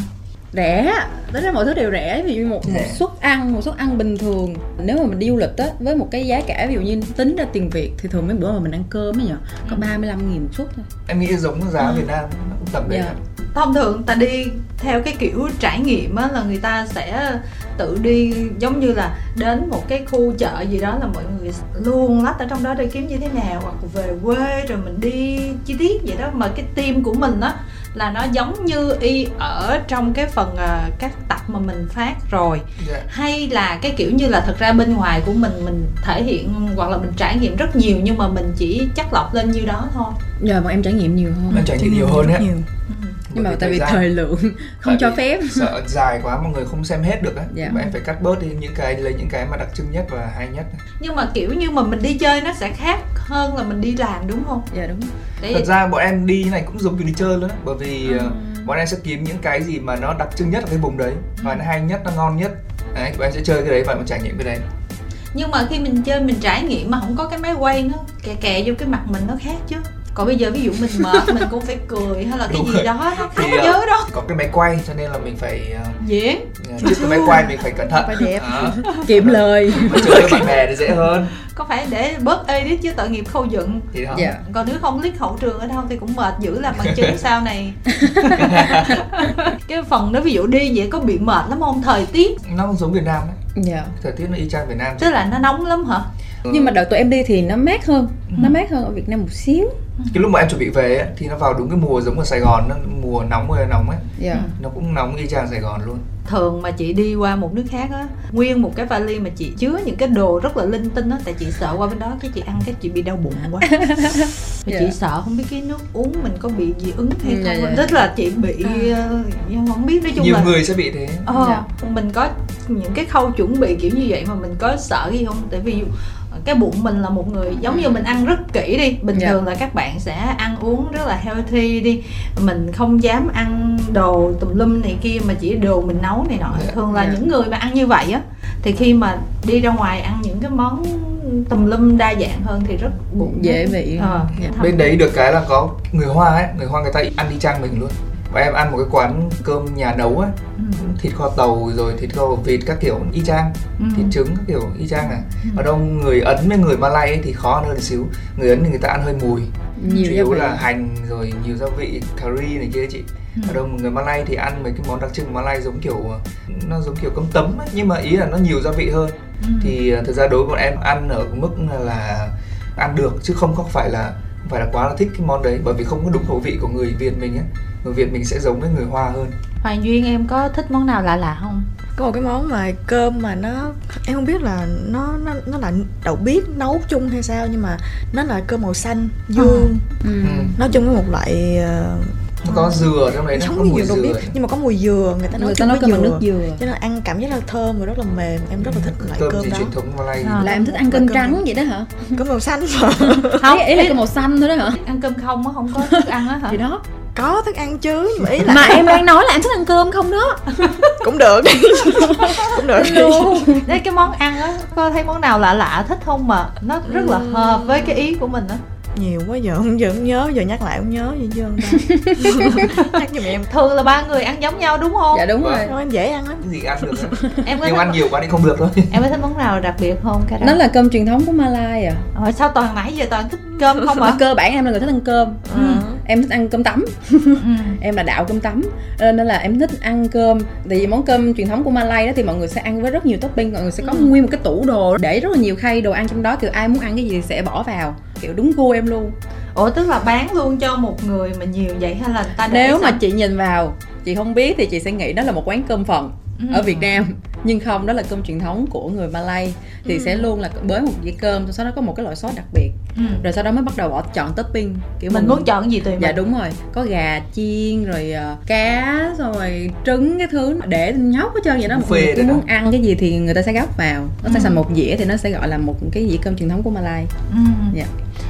Speaker 2: rẻ tất cả mọi thứ đều rẻ ví dụ như một một
Speaker 3: Rẻ.
Speaker 2: suất ăn một suất ăn bình thường nếu mà mình đi du lịch á với một cái giá cả ví dụ như tính ra tiền việt thì thường mấy bữa mà mình ăn cơm ấy nhở có
Speaker 1: Ừ.
Speaker 2: 35.000 một suất thôi
Speaker 3: em nghĩ giống giá việt nam nó cũng tầm đấy
Speaker 2: Ừ. Dạ.
Speaker 1: thông thường ta đi theo cái kiểu trải nghiệm á là người ta sẽ tự đi giống như là đến một cái khu chợ gì đó là mọi người luôn lách ở trong đó để kiếm như thế nào hoặc về quê rồi mình đi chi tiết vậy đó mà cái team của mình á là nó giống như y ở trong cái phần à, các tập mà mình phát rồi
Speaker 3: Dạ.
Speaker 1: hay là cái kiểu như là thật ra bên ngoài của mình mình thể hiện hoặc là mình trải nghiệm rất nhiều nhưng mà mình chỉ chắc lọc lên như đó thôi
Speaker 2: giờ bọn em trải nghiệm nhiều hơn
Speaker 3: em trải nghiệm nhiều hơn
Speaker 4: rất
Speaker 3: ấy
Speaker 4: nhiều.
Speaker 1: Ừ.
Speaker 2: Ừ, nhưng mà
Speaker 3: Bởi
Speaker 2: tại vì
Speaker 3: thời gian-
Speaker 2: thời lượng không
Speaker 3: Tại
Speaker 2: cho
Speaker 3: vì-
Speaker 2: phép
Speaker 3: sợ dài quá mọi người không xem hết được á
Speaker 2: Dạ.
Speaker 3: mà em phải cắt bớt đi những cái lấy những cái mà đặc trưng nhất và hay nhất
Speaker 1: nhưng mà kiểu như mà mình đi chơi nó sẽ khác hơn là mình đi làm đúng không
Speaker 2: dạ đúng
Speaker 1: để
Speaker 3: thật ra bọn em đi này cũng giống như đi chơi luôn á bởi vì
Speaker 2: À.
Speaker 3: ờ, bọn em sẽ kiếm những cái gì mà nó đặc trưng nhất ở cái vùng đấy và nó hay nhất nó ngon nhất đấy bọn em sẽ chơi cái đấy và mình trải nghiệm cái đấy
Speaker 1: nhưng mà khi mình chơi mình trải nghiệm mà không có cái máy quay nó kè kè vô cái mặt mình nó khác chứ còn bây giờ ví dụ mình mệt mình cũng phải cười hay là cái
Speaker 3: Đúng
Speaker 1: gì
Speaker 3: rồi.
Speaker 1: đó nó khác
Speaker 3: Thì, ờ,
Speaker 1: nhớ đó
Speaker 3: có cái máy quay cho nên là mình phải ờ,
Speaker 1: diễn
Speaker 3: trước cái máy quay mình phải cẩn thận
Speaker 2: phải đẹp
Speaker 3: Đó,
Speaker 2: kiệm lời
Speaker 3: mà chơi với bạn bè thì dễ hơn
Speaker 1: có phải để bớt edit chứ tội nghiệp khâu dựng
Speaker 3: thì đó
Speaker 2: dạ
Speaker 1: còn nếu không liếc hậu trường ở đâu thì cũng mệt dữ làm bằng chứng sau này cái phần đó ví dụ đi vậy có bị mệt lắm không thời tiết
Speaker 3: nó cũng giống việt nam đấy
Speaker 2: dạ
Speaker 3: thời tiết nó y chang việt nam
Speaker 1: tức là nó nóng lắm hả
Speaker 3: Ừ.
Speaker 2: nhưng mà đợt tụi em đi thì nó mát hơn
Speaker 3: Ừ.
Speaker 2: nó mát hơn ở việt nam một xíu
Speaker 3: cái lúc mà em chuẩn bị về ấy, thì nó vào đúng cái mùa giống ở sài gòn nó mùa nóng rồi nóng ấy
Speaker 2: dạ
Speaker 3: nó cũng nóng y chang sài gòn luôn
Speaker 1: thường mà chị đi qua một nước khác á nguyên một cái vali mà chị chứa những cái đồ rất là linh tinh á tại chị sợ qua bên đó cái chị ăn cái chị bị đau bụng quá Mà
Speaker 2: Dạ.
Speaker 1: chị sợ không biết cái nước uống mình có bị dị ứng hay
Speaker 2: Ừ, dạ,
Speaker 1: không
Speaker 2: dạ. À.
Speaker 1: tức là chị bị ờ, nhưng không biết nói chung
Speaker 3: nhiều
Speaker 1: là
Speaker 3: người sẽ bị thế
Speaker 1: ờ,
Speaker 2: Dạ.
Speaker 1: mình có những cái khâu chuẩn bị kiểu như vậy mà mình có sợ gì không tại vì ờ, cái bụng mình là một người giống như mình ăn rất kỹ đi bình
Speaker 2: Ừ. Dạ.
Speaker 1: thường là các bạn sẽ ăn uống rất là healthy đi mình không dám ăn đồ tùm lum này kia mà chỉ đồ mình nấu này nọ
Speaker 3: Dạ.
Speaker 1: thường là
Speaker 2: Dạ.
Speaker 1: những người mà ăn như vậy á thì khi mà đi ra ngoài ăn những cái món tùm lum đa dạng hơn thì rất bụng
Speaker 2: dễ bị
Speaker 1: Ờ,
Speaker 2: Dạ.
Speaker 1: thâm.
Speaker 3: bên đấy được cái là có người hoa ấy người hoa người ta ăn y chang mình luôn và em ăn một cái quán cơm nhà nấu ấy
Speaker 1: Ừ,
Speaker 3: thịt kho tàu rồi thịt kho vịt các kiểu y chang
Speaker 1: ừ.
Speaker 3: thịt trứng các kiểu y chang à ở đâu người ấn với người malay ấy thì khó ăn hơn xíu người ấn thì người ta ăn hơi mùi chủ
Speaker 2: nhiều gia
Speaker 3: yếu
Speaker 2: vị
Speaker 3: là hành rồi nhiều gia vị curry này kia chị
Speaker 1: Ừ.
Speaker 3: ở đâu người malay thì ăn mấy cái món đặc trưng malay giống kiểu nó giống kiểu cơm tấm ấy nhưng mà ý là nó nhiều gia vị hơn
Speaker 1: Ừ.
Speaker 3: thì ờ, thực ra đối với bọn em ăn ở mức là ăn được chứ không có phải là không phải là quá là thích cái món đấy bởi vì không có đúng khẩu vị của người Việt mình ấy người Việt mình sẽ giống với người Hoa hơn
Speaker 1: Hoàng Duyên em có thích món nào lạ lạ không?
Speaker 4: có một cái món mà cơm mà nó em không biết là nó nó nó là đậu biếc nấu chung hay sao nhưng mà nó là cơm màu xanh dương
Speaker 2: Ừ.
Speaker 3: ừ.
Speaker 4: nó chung với một loại ờ,
Speaker 3: nó có dừa trong đấy nó có
Speaker 4: giống như
Speaker 3: mùi
Speaker 4: dừa đậu
Speaker 3: dừa
Speaker 4: biếc nhưng mà có mùi dừa người ta nấu
Speaker 2: người ta
Speaker 4: chung
Speaker 2: nấu cơm
Speaker 4: với
Speaker 2: bằng
Speaker 4: dừa.
Speaker 2: nước dừa
Speaker 4: cho nên là ăn cảm giác là thơm và rất là mềm em rất là thích loại
Speaker 3: cơm
Speaker 4: cơm
Speaker 3: gì
Speaker 4: đó
Speaker 3: truyền thống Malay
Speaker 1: À.
Speaker 2: là em thích ăn
Speaker 4: Là
Speaker 2: cơm
Speaker 4: cơm-
Speaker 2: trắng vậy đó hả
Speaker 4: cơm màu xanh mà
Speaker 1: Không,
Speaker 2: ý, ý là cơm màu xanh thôi đó hả
Speaker 1: ăn cơm không á không có thức ăn á hả
Speaker 2: thì đó
Speaker 4: có thức ăn chứ nhưng mà ý là
Speaker 2: mà em đang nói là à. em thích ăn cơm không đó
Speaker 4: cũng được cũng được
Speaker 1: đấy cái món ăn á có thấy món nào lạ lạ thích không mà nó rất là hợp với cái ý của mình á
Speaker 4: nhiều quá giờ không giờ không nhớ giờ nhắc lại không nhớ gì chứ nhắc giùm em
Speaker 1: thường là ba người ăn giống nhau đúng không
Speaker 2: dạ đúng
Speaker 3: Vâng.
Speaker 2: rồi
Speaker 4: thôi em dễ ăn lắm
Speaker 3: cái gì ăn được ấy.
Speaker 1: em có
Speaker 3: nhưng
Speaker 1: thích
Speaker 3: ăn nhiều quá thì không được thôi
Speaker 1: em có thích món nào đặc biệt không cái
Speaker 2: nó là cơm truyền thống của Malai à
Speaker 1: sao toàn nãy giờ toàn thích cơm không
Speaker 2: mà
Speaker 1: hả
Speaker 2: cơ bản em là người thích ăn cơm
Speaker 1: Ừ.
Speaker 4: Ờ.
Speaker 2: em thích ăn cơm tấm em là đạo cơm tấm Ờ, nên là em thích ăn cơm tại vì món cơm truyền thống của Malay đó thì mọi người sẽ ăn với rất nhiều topping mọi người sẽ có
Speaker 1: Ừ.
Speaker 2: nguyên một cái tủ đồ để rất là nhiều khay đồ ăn trong đó kiểu ai muốn ăn cái gì sẽ bỏ vào kiểu đúng gu em luôn
Speaker 1: ủa tức là bán luôn cho một người mà nhiều vậy hay là người ta để
Speaker 2: nếu
Speaker 1: sao?
Speaker 2: mà chị nhìn vào chị không biết thì chị sẽ nghĩ đó là một quán cơm phần
Speaker 1: Ừ.
Speaker 2: ở Việt Nam nhưng không đó là cơm truyền thống của người Malay thì
Speaker 1: Ừ.
Speaker 2: sẽ luôn là bới một dĩa cơm rồi sau đó có một cái loại sốt đặc biệt
Speaker 1: ừ.
Speaker 2: rồi sau đó mới bắt đầu bỏ chọn topping kiểu
Speaker 1: mình muốn chọn gì tùy
Speaker 2: dạ
Speaker 1: mình
Speaker 2: đúng rồi có gà chiên rồi ờ, cá xong rồi trứng cái thứ để nhóc hết trơn vậy đó
Speaker 3: Buffet
Speaker 2: mọi người cứ
Speaker 3: đó.
Speaker 2: muốn ăn cái gì thì người ta sẽ gắp vào nó sẽ
Speaker 1: Ừ.
Speaker 2: thành một dĩa thì nó sẽ gọi là một cái dĩa cơm truyền thống của Malay
Speaker 1: ừ.
Speaker 2: Dạ.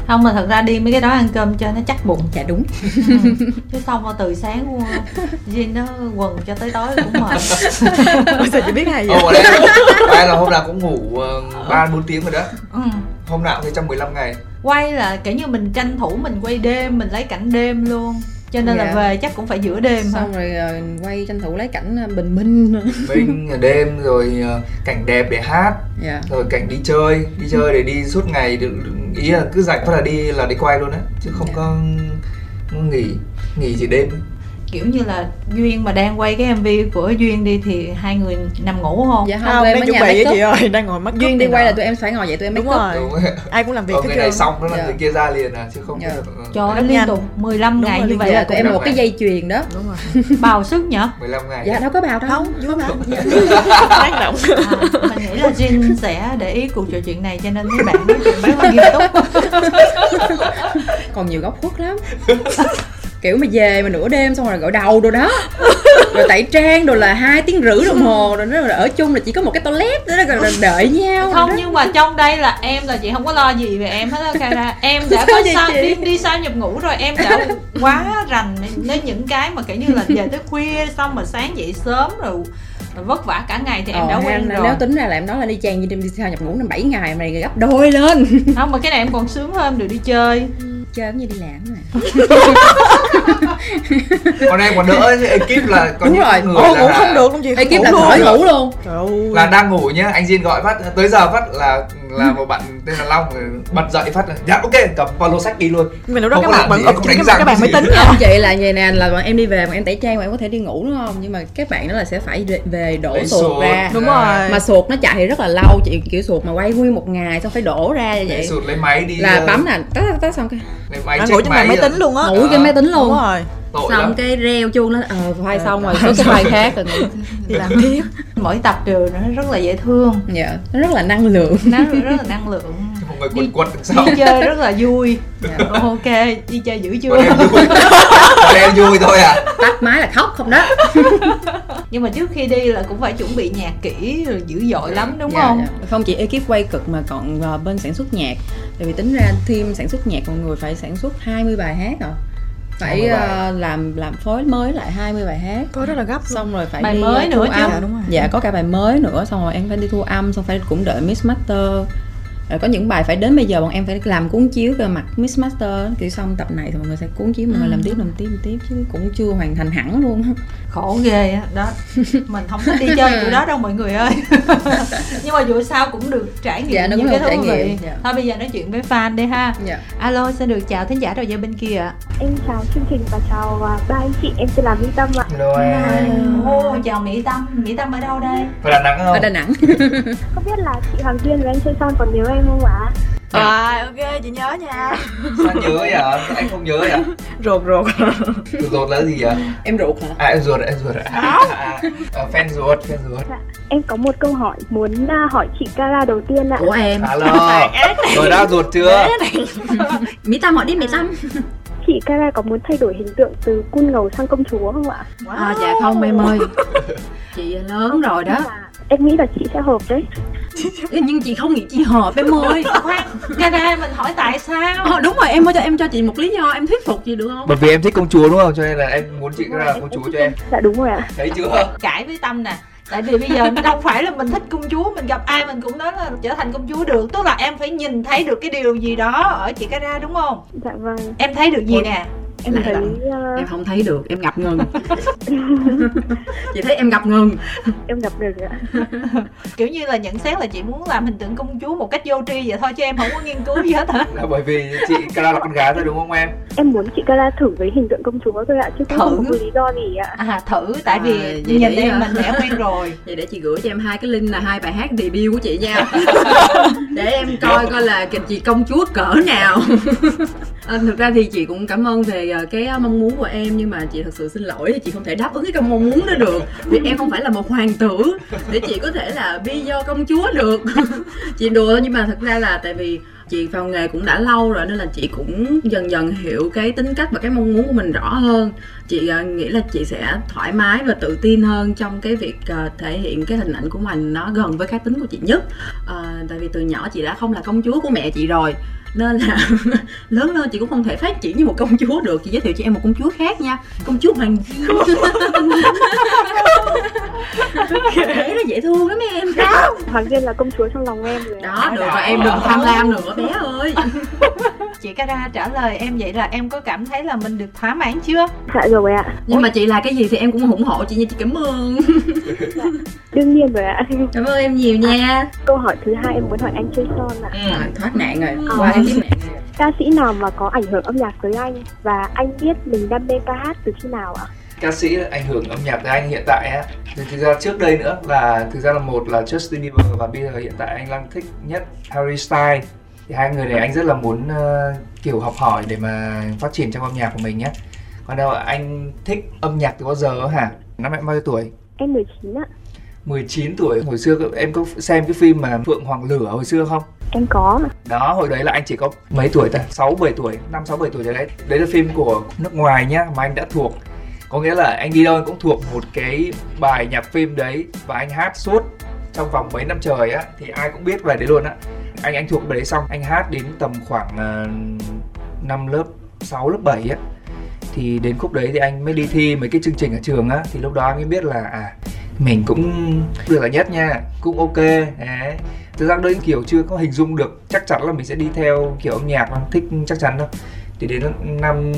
Speaker 1: không mà thật ra đi mấy cái đó ăn cơm cho nó chắc bụng
Speaker 2: dạ đúng
Speaker 1: Ừ. chứ không mà từ sáng qua Jin nó quần cho tới tối cũng mệt
Speaker 4: bây giờ chị biết hay vậy
Speaker 3: Ồ, ở đây ba là hôm nào cũng ngủ ờ, ba bốn tiếng rồi đó
Speaker 1: ừ.
Speaker 3: hôm nào cũng thế trong 15 ngày
Speaker 1: quay là kiểu như mình tranh thủ mình quay đêm mình lấy cảnh đêm luôn cho nên là
Speaker 2: Dạ.
Speaker 1: về chắc cũng phải giữa đêm hả
Speaker 2: xong rồi ờ, quay tranh thủ lấy cảnh ờ, bình minh nữa.
Speaker 3: mình đêm rồi ờ, cảnh đẹp để hát
Speaker 2: dạ
Speaker 3: rồi Ờ, cảnh đi chơi đi chơi để đi suốt ngày được- ý là cứ rảnh phát là đi là đi quay luôn á chứ không
Speaker 2: Dạ.
Speaker 3: có nghỉ nghỉ chỉ đêm
Speaker 1: kiểu như là duyên mà đang quay cái mv của duyên đi thì hai người nằm ngủ không
Speaker 2: dạ
Speaker 4: không
Speaker 2: tụi
Speaker 4: đang
Speaker 2: ở
Speaker 4: chuẩn
Speaker 2: nhà
Speaker 4: bị
Speaker 2: make
Speaker 4: với chị
Speaker 2: up.
Speaker 4: ơi đang ngồi mắt
Speaker 2: duyên đi quay là tụi em phải ngồi vậy tụi em
Speaker 4: đúng
Speaker 2: make up
Speaker 4: rồi
Speaker 3: đúng không?
Speaker 4: ai cũng làm việc
Speaker 3: còn
Speaker 4: hết
Speaker 3: người
Speaker 4: trơn
Speaker 3: này xong đó là
Speaker 2: Dạ.
Speaker 3: người kia ra liền à chứ không
Speaker 2: Dạ.
Speaker 3: có
Speaker 1: cho nó
Speaker 4: Rất
Speaker 1: liên
Speaker 4: nhanh.
Speaker 1: tục 15
Speaker 4: Đúng
Speaker 1: ngày
Speaker 4: rồi,
Speaker 1: như
Speaker 4: liên Dạ.
Speaker 1: vậy
Speaker 2: dạ
Speaker 1: là
Speaker 2: tụi
Speaker 1: cũng
Speaker 2: em
Speaker 3: cũng
Speaker 2: một
Speaker 3: được
Speaker 2: cái
Speaker 3: mà.
Speaker 2: dây chuyền đó
Speaker 4: đúng rồi
Speaker 1: vào sức nhở
Speaker 3: 15 ngày
Speaker 2: dạ đâu có bào đâu
Speaker 4: không vui mà đang động
Speaker 1: à, mình nghĩ là Jin sẽ để ý cuộc trò chuyện này cho nên mấy bạn nói chuyện rất là nghiêm túc
Speaker 2: còn nhiều góc khuất lắm kiểu mà về mà nửa đêm xong rồi gọi đầu đồ đó rồi tẩy trang đồ là hai tiếng rưỡi đồng hồ rồi, nó- rồi ở chung là chỉ có một cái toilet nữa rồi, rồi đợi nhau
Speaker 1: không
Speaker 2: đó.
Speaker 1: nhưng mà trong đây là em là chị không có lo gì về em hết á Kara em đã có
Speaker 2: Gì
Speaker 1: sao
Speaker 2: chị?
Speaker 1: đi, đi sao nhập ngủ rồi em đã quá rành đến những cái mà kiểu như là về tới khuya xong mà sáng dậy sớm rồi rồi vất vả cả ngày thì em
Speaker 2: Ờ,
Speaker 1: đã
Speaker 2: ha,
Speaker 1: quen rồi
Speaker 2: nếu tính ra là em nói là đi chàng như đêm đi sao nhập ngủ năm bảy ngày mà này gấp đôi lên
Speaker 1: không mà cái này em còn sướng hơn em được đi chơi
Speaker 2: chơi cũng như đi làm mà
Speaker 3: còn em còn đỡ ekip là có
Speaker 2: Đúng
Speaker 3: những
Speaker 2: rồi.
Speaker 3: người
Speaker 4: Ồ,
Speaker 3: là,
Speaker 4: ngủ không được luôn chị
Speaker 2: ekip
Speaker 4: ngủ
Speaker 2: là
Speaker 4: luôn.
Speaker 2: khỏi ngủ luôn
Speaker 4: Trời ơi.
Speaker 3: là đang ngủ nhá anh Jin gọi phát tới giờ phát là là một bạn tên là Long bật dậy phát là dạ ok cầm vào lô sách đi luôn
Speaker 4: mình lúc đó
Speaker 3: Không
Speaker 4: các
Speaker 3: có
Speaker 4: bạn
Speaker 3: làm
Speaker 4: bận
Speaker 3: gì,
Speaker 4: ụp
Speaker 3: không
Speaker 4: trên
Speaker 3: đánh
Speaker 4: cái
Speaker 3: răng
Speaker 4: các bạn
Speaker 3: cái
Speaker 4: máy
Speaker 3: gì.
Speaker 4: tính
Speaker 2: không vậy là vậy nè là bọn em đi về bọn em tẩy trang bọn em có thể đi ngủ đúng không nhưng mà các bạn đó là sẽ phải về- về đổ
Speaker 3: Lấy
Speaker 2: sụt
Speaker 3: sụt.
Speaker 2: ra
Speaker 4: đúng rồi
Speaker 2: mà sụt nó chạy thì rất là lâu chị kiểu sụt mà quay nguyên một ngày xong phải đổ ra như
Speaker 3: để
Speaker 2: vậy
Speaker 3: sụt lấy máy đi
Speaker 2: là
Speaker 3: ờ,
Speaker 2: bấm là tá tá- tá xong cái
Speaker 3: lấy máy à.
Speaker 4: đang
Speaker 3: check
Speaker 4: ngủ trên màn máy tính luôn á
Speaker 2: ngủ trên máy tính
Speaker 4: đúng
Speaker 2: luôn
Speaker 4: rồi
Speaker 3: tội
Speaker 2: xong
Speaker 3: lắm
Speaker 2: cái reo chuông nó ờ phai xong rồi có cái phai khác rồi ngủ
Speaker 4: thì làm tiếp
Speaker 1: mỗi tập đều nó rất là dễ thương
Speaker 2: dạ nó rất là năng lượng
Speaker 1: nó rất là năng lượng
Speaker 3: một người quần quật đằng sau
Speaker 1: đi chơi rất là vui
Speaker 2: Dạ.
Speaker 1: ok đi chơi dữ
Speaker 3: còn
Speaker 1: chưa
Speaker 3: em vui còn em vui thôi à
Speaker 2: tắt máy là khóc không đó
Speaker 1: nhưng mà trước khi đi là cũng phải chuẩn bị nhạc kỹ rồi dữ dội lắm đúng
Speaker 2: Dạ,
Speaker 1: không
Speaker 2: dạ. không chỉ ekip quay cực mà còn ờ, bên sản xuất nhạc tại vì tính ra team sản xuất nhạc mọi người phải sản xuất 20 bài hát rồi phải
Speaker 3: 20 bài.
Speaker 2: ờ, làm làm phối mới lại 20 bài hát
Speaker 4: có rất là gấp
Speaker 2: xong rồi phải
Speaker 1: Bài
Speaker 2: đi
Speaker 1: mới
Speaker 2: ờ,
Speaker 1: nữa
Speaker 2: thu
Speaker 1: chứ.
Speaker 2: âm.
Speaker 4: Dạ, đúng rồi.
Speaker 2: dạ có cả bài mới nữa xong rồi em phải đi thu âm xong phải cũng đợi mix master rồi có những bài phải đến bây giờ bọn em phải làm cuốn chiếu về mặt mix master kiểu xong tập này thì mọi người sẽ cuốn chiếu mọi người
Speaker 1: Ừ.
Speaker 2: làm tiếp làm tiếp làm tiếp chứ cũng chưa hoàn thành hẳn luôn
Speaker 1: khổ ghê á đó mình không thích đi chơi tụi đó đâu mọi người ơi nhưng mà dù sao cũng được trải nghiệm
Speaker 2: Dạ, đúng
Speaker 1: những
Speaker 2: rồi,
Speaker 1: cái thú
Speaker 2: trải nghiệm,
Speaker 1: vị
Speaker 2: dạ.
Speaker 1: thôi bây giờ nói chuyện với fan đi ha
Speaker 2: dạ
Speaker 1: alo xin được chào thính giả đầu dây bên kia ạ
Speaker 5: Em chào chương trình và chào à, ba anh chị, em tên là Mỹ Tâm ạ.
Speaker 3: hello em
Speaker 1: ô chào mỹ tâm mỹ tâm ở đâu đây
Speaker 3: phải Đà Nẵng
Speaker 2: ở
Speaker 3: không
Speaker 2: đà nẵng
Speaker 5: Không biết là chị Hoàng Duyên và anh Sơn Son còn nhớ em không ạ?
Speaker 6: Dạ.
Speaker 4: rồi ok chị nhớ nha
Speaker 3: sao nhớ vậy ạ? anh không nhớ vậy ạ?
Speaker 4: rột rột
Speaker 3: Ruột rột là gì vậy
Speaker 2: em ruột hả
Speaker 3: à em ruột em ruột à, à, à, à, fan ruột fan ruột
Speaker 5: Em có một câu hỏi muốn à, hỏi chị Cara đầu tiên ạ.
Speaker 2: của em
Speaker 3: alo rồi đã ruột chưa
Speaker 2: mỹ tâm hỏi đi mỹ tâm
Speaker 5: Chị Cara có muốn thay đổi hình tượng từ cun ngầu sang công chúa không ạ?
Speaker 2: à, dạ không em ơi chị lớn rồi đó
Speaker 5: Nhưng mà Em nghĩ là chị sẽ hợp đấy.
Speaker 2: nhưng chị không nghĩ chị hợp em ơi
Speaker 1: ra đây mình hỏi tại sao
Speaker 2: Ờ, đúng rồi em ơi cho em cho chị một lý do em thuyết phục gì được không
Speaker 3: bởi vì em thích công chúa đúng không cho nên là em muốn chị
Speaker 5: Đúng rồi,
Speaker 3: ra
Speaker 5: em- em
Speaker 3: công chúa
Speaker 5: thích
Speaker 3: cho em
Speaker 5: Dạ đúng rồi ạ.
Speaker 3: thấy chưa
Speaker 2: Ờ.
Speaker 1: cãi với tâm nè tại vì bây giờ đâu phải là mình thích công chúa mình gặp ai mình cũng nói là trở thành công chúa được tức là em phải nhìn thấy được cái điều gì đó ở chị Cara đúng không
Speaker 5: Dạ vâng.
Speaker 1: em thấy được gì
Speaker 3: Ôi.
Speaker 1: nè
Speaker 5: em
Speaker 2: Lại
Speaker 5: thấy
Speaker 2: là-
Speaker 5: ờ,
Speaker 2: em không thấy được em ngập ngừng chị thấy em ngập ngừng
Speaker 5: em gặp được ạ
Speaker 1: kiểu như là nhận xét là chị muốn làm hình tượng công chúa một cách vô tri vậy thôi chứ em không có nghiên cứu gì hết hả
Speaker 3: là bởi vì chị Clara là con gái thôi đúng không em
Speaker 5: em muốn chị Kala thử với hình tượng công chúa thôi ạ chứ cũng
Speaker 1: Thử.
Speaker 5: không có lý do gì ạ
Speaker 1: à thử tại vì
Speaker 2: À, vậy
Speaker 1: nhìn
Speaker 2: để,
Speaker 1: em
Speaker 2: à.
Speaker 1: mình đã quen rồi
Speaker 2: vậy để chị gửi cho em hai cái link là hai bài hát debut của chị nha để em coi coi là kịch chị công chúa cỡ nào Ờ, thực ra thì chị cũng cảm ơn về ờ, cái mong muốn của em nhưng mà chị thật sự xin lỗi là chị không thể đáp ứng cái mong muốn đó được vì em không phải là một hoàng tử để chị có thể là bi do công chúa được chị đùa thôi nhưng mà thật ra là tại vì chị vào nghề cũng đã lâu rồi nên là chị cũng dần dần hiểu cái tính cách và cái mong muốn của mình rõ hơn chị ờ, nghĩ là chị sẽ thoải mái và tự tin hơn trong cái việc ờ, thể hiện cái hình ảnh của mình nó gần với cá tính của chị nhất Ờ, tại vì từ nhỏ chị đã không là công chúa của mẹ chị rồi nên là lớn lên chị cũng không thể phát triển như một công chúa được chị giới thiệu cho em một công chúa khác nha công chúa hoàng diên kể nó dễ thương lắm em
Speaker 5: hoàng duyên là công chúa trong lòng em rồi ạ.
Speaker 2: đó được rồi em đừng tham lam nữa bé ơi
Speaker 1: chị Cara trả lời em vậy là em có cảm thấy là mình được thỏa mãn chưa
Speaker 5: dạ rồi ạ
Speaker 2: nhưng mà chị là cái gì thì em cũng ủng hộ chị nha chị cảm ơn
Speaker 5: đương nhiên rồi ạ
Speaker 2: cảm ơn em nhiều nha
Speaker 5: câu hỏi thứ hai em muốn hỏi anh Choi Son ạ
Speaker 2: À, thoát nạn rồi
Speaker 1: Qua
Speaker 2: cái kiếp nạn
Speaker 5: ca sĩ nào mà có ảnh hưởng âm nhạc tới anh và anh biết mình đam mê ca hát từ khi nào ạ
Speaker 3: ca sĩ ảnh hưởng âm nhạc tới anh hiện tại á thì thực ra trước đây nữa là thực ra là một là Justin Bieber và bây giờ hiện tại anh đang thích nhất Harry Styles thì hai người này anh rất là muốn ờ, kiểu học hỏi để mà phát triển trong âm nhạc của mình nhé còn đâu ạ, anh thích âm nhạc từ bao giờ á hả năm em bao nhiêu tuổi
Speaker 5: em 19 ạ
Speaker 3: 19 tuổi hồi xưa em có xem cái phim mà Phượng Hoàng Lửa hồi xưa không
Speaker 5: em có ạ.
Speaker 3: đó hồi đấy là anh chỉ có mấy tuổi ta 6 7 tuổi 5 6 7 tuổi rồi đấy đấy là phim của nước ngoài nhá mà anh đã thuộc có nghĩa là anh đi đâu anh cũng thuộc một cái bài nhạc phim đấy và anh hát suốt trong vòng mấy năm trời á thì ai cũng biết về đấy luôn á anh anh thuộc bài đấy xong anh hát đến tầm khoảng uh, năm lớp 6 lớp 7 á thì đến khúc đấy thì anh mới đi thi mấy cái chương trình ở trường á thì lúc đó anh mới biết là à mình cũng được là nhất nha cũng ok à. đấy thực ra đến kiểu chưa có hình dung được chắc chắn là mình sẽ đi theo kiểu âm nhạc mà thích chắc chắn đâu thì đến năm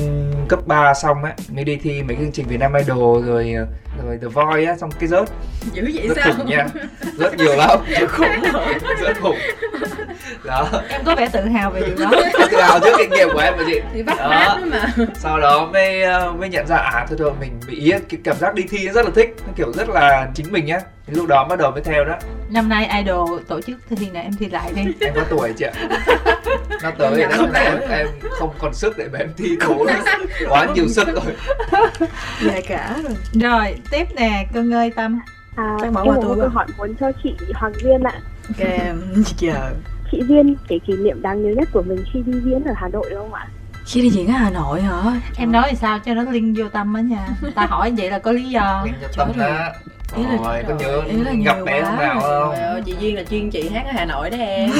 Speaker 3: cấp 3 xong ấy mới đi thi mấy cái chương trình Việt Nam Idol rồi rồi The Voice á xong cái rớt
Speaker 2: dữ vậy
Speaker 3: rất
Speaker 2: sao
Speaker 3: khủng nha rất nhiều lắm rất khủng rất khủng đó
Speaker 1: em có vẻ tự hào về điều đó
Speaker 3: tự hào trước kinh nghiệm của em mà chị
Speaker 2: thì bắt
Speaker 3: Đó.
Speaker 2: nát đó mà
Speaker 3: sau đó mới ờ, mới nhận ra à thôi thôi mình bị ý, cái cảm giác đi thi rất là thích nó kiểu rất là chính mình nhá Thì lúc đó bắt đầu mới theo đó
Speaker 1: năm nay idol tổ chức thì nè em thi lại đi
Speaker 3: em có tuổi chị ạ nó tới
Speaker 6: Dạ,
Speaker 2: Em
Speaker 3: rồi
Speaker 2: nhận
Speaker 3: đó,
Speaker 2: ra.
Speaker 3: em em không còn sức để mà em thi cố nữa. quá nhiều sức rồi
Speaker 6: dạ cả rồi
Speaker 1: rồi tiếp nè cưng ơi tâm
Speaker 5: à,
Speaker 6: Chắc
Speaker 5: em
Speaker 6: bỏ
Speaker 5: có
Speaker 6: qua
Speaker 5: một
Speaker 6: tôi
Speaker 5: câu
Speaker 6: rồi.
Speaker 5: hỏi muốn cho chị hoàng duyên ạ
Speaker 6: ok chị chờ
Speaker 5: chị duyên cái kỷ niệm đáng nhớ nhất của mình khi đi diễn ở hà nội đúng không ạ
Speaker 6: khi đi diễn ở hà nội hả
Speaker 1: em nói thì sao cho nó liên vô tâm á nha ta hỏi vậy là có lý do
Speaker 3: Linh nhập tâm
Speaker 6: Trời
Speaker 3: đã
Speaker 6: Ý là-
Speaker 3: rồi có nhớ
Speaker 6: ý là
Speaker 3: gặp
Speaker 6: nhiều
Speaker 3: bé
Speaker 6: quá
Speaker 3: hôm nào không
Speaker 2: Trời ơi, chị Duyên là chuyên chị hát ở Hà Nội đó em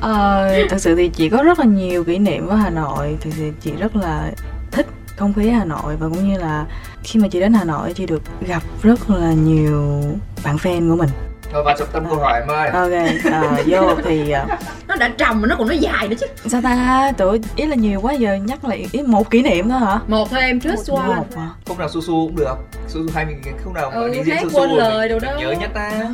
Speaker 6: Ờ, thật sự thì chị có rất là nhiều kỷ niệm với Hà Nội Thì thì chị rất là thích không khí Hà Nội Và cũng như là khi mà chị đến Hà Nội chị được gặp rất là nhiều bạn fan của mình
Speaker 3: thôi vào trọng tâm câu hỏi em ơi
Speaker 6: Ok, ờ, vô thì ờ,
Speaker 2: Nó đã trầm mà nó còn nó dài nữa chứ
Speaker 6: sao ta tuổi ý là nhiều quá giờ nhắc lại ý một kỷ niệm thôi hả?
Speaker 2: Một thôi em, just one
Speaker 6: Một hả?
Speaker 3: không nào su su cũng được su su hai mình không nào mà
Speaker 2: Ừ,
Speaker 3: đi diễn
Speaker 2: hát
Speaker 3: su su
Speaker 2: quên
Speaker 3: rồi
Speaker 2: lời đồ
Speaker 3: mình-
Speaker 2: đó
Speaker 3: mình nhớ nhất ta
Speaker 6: Ờ,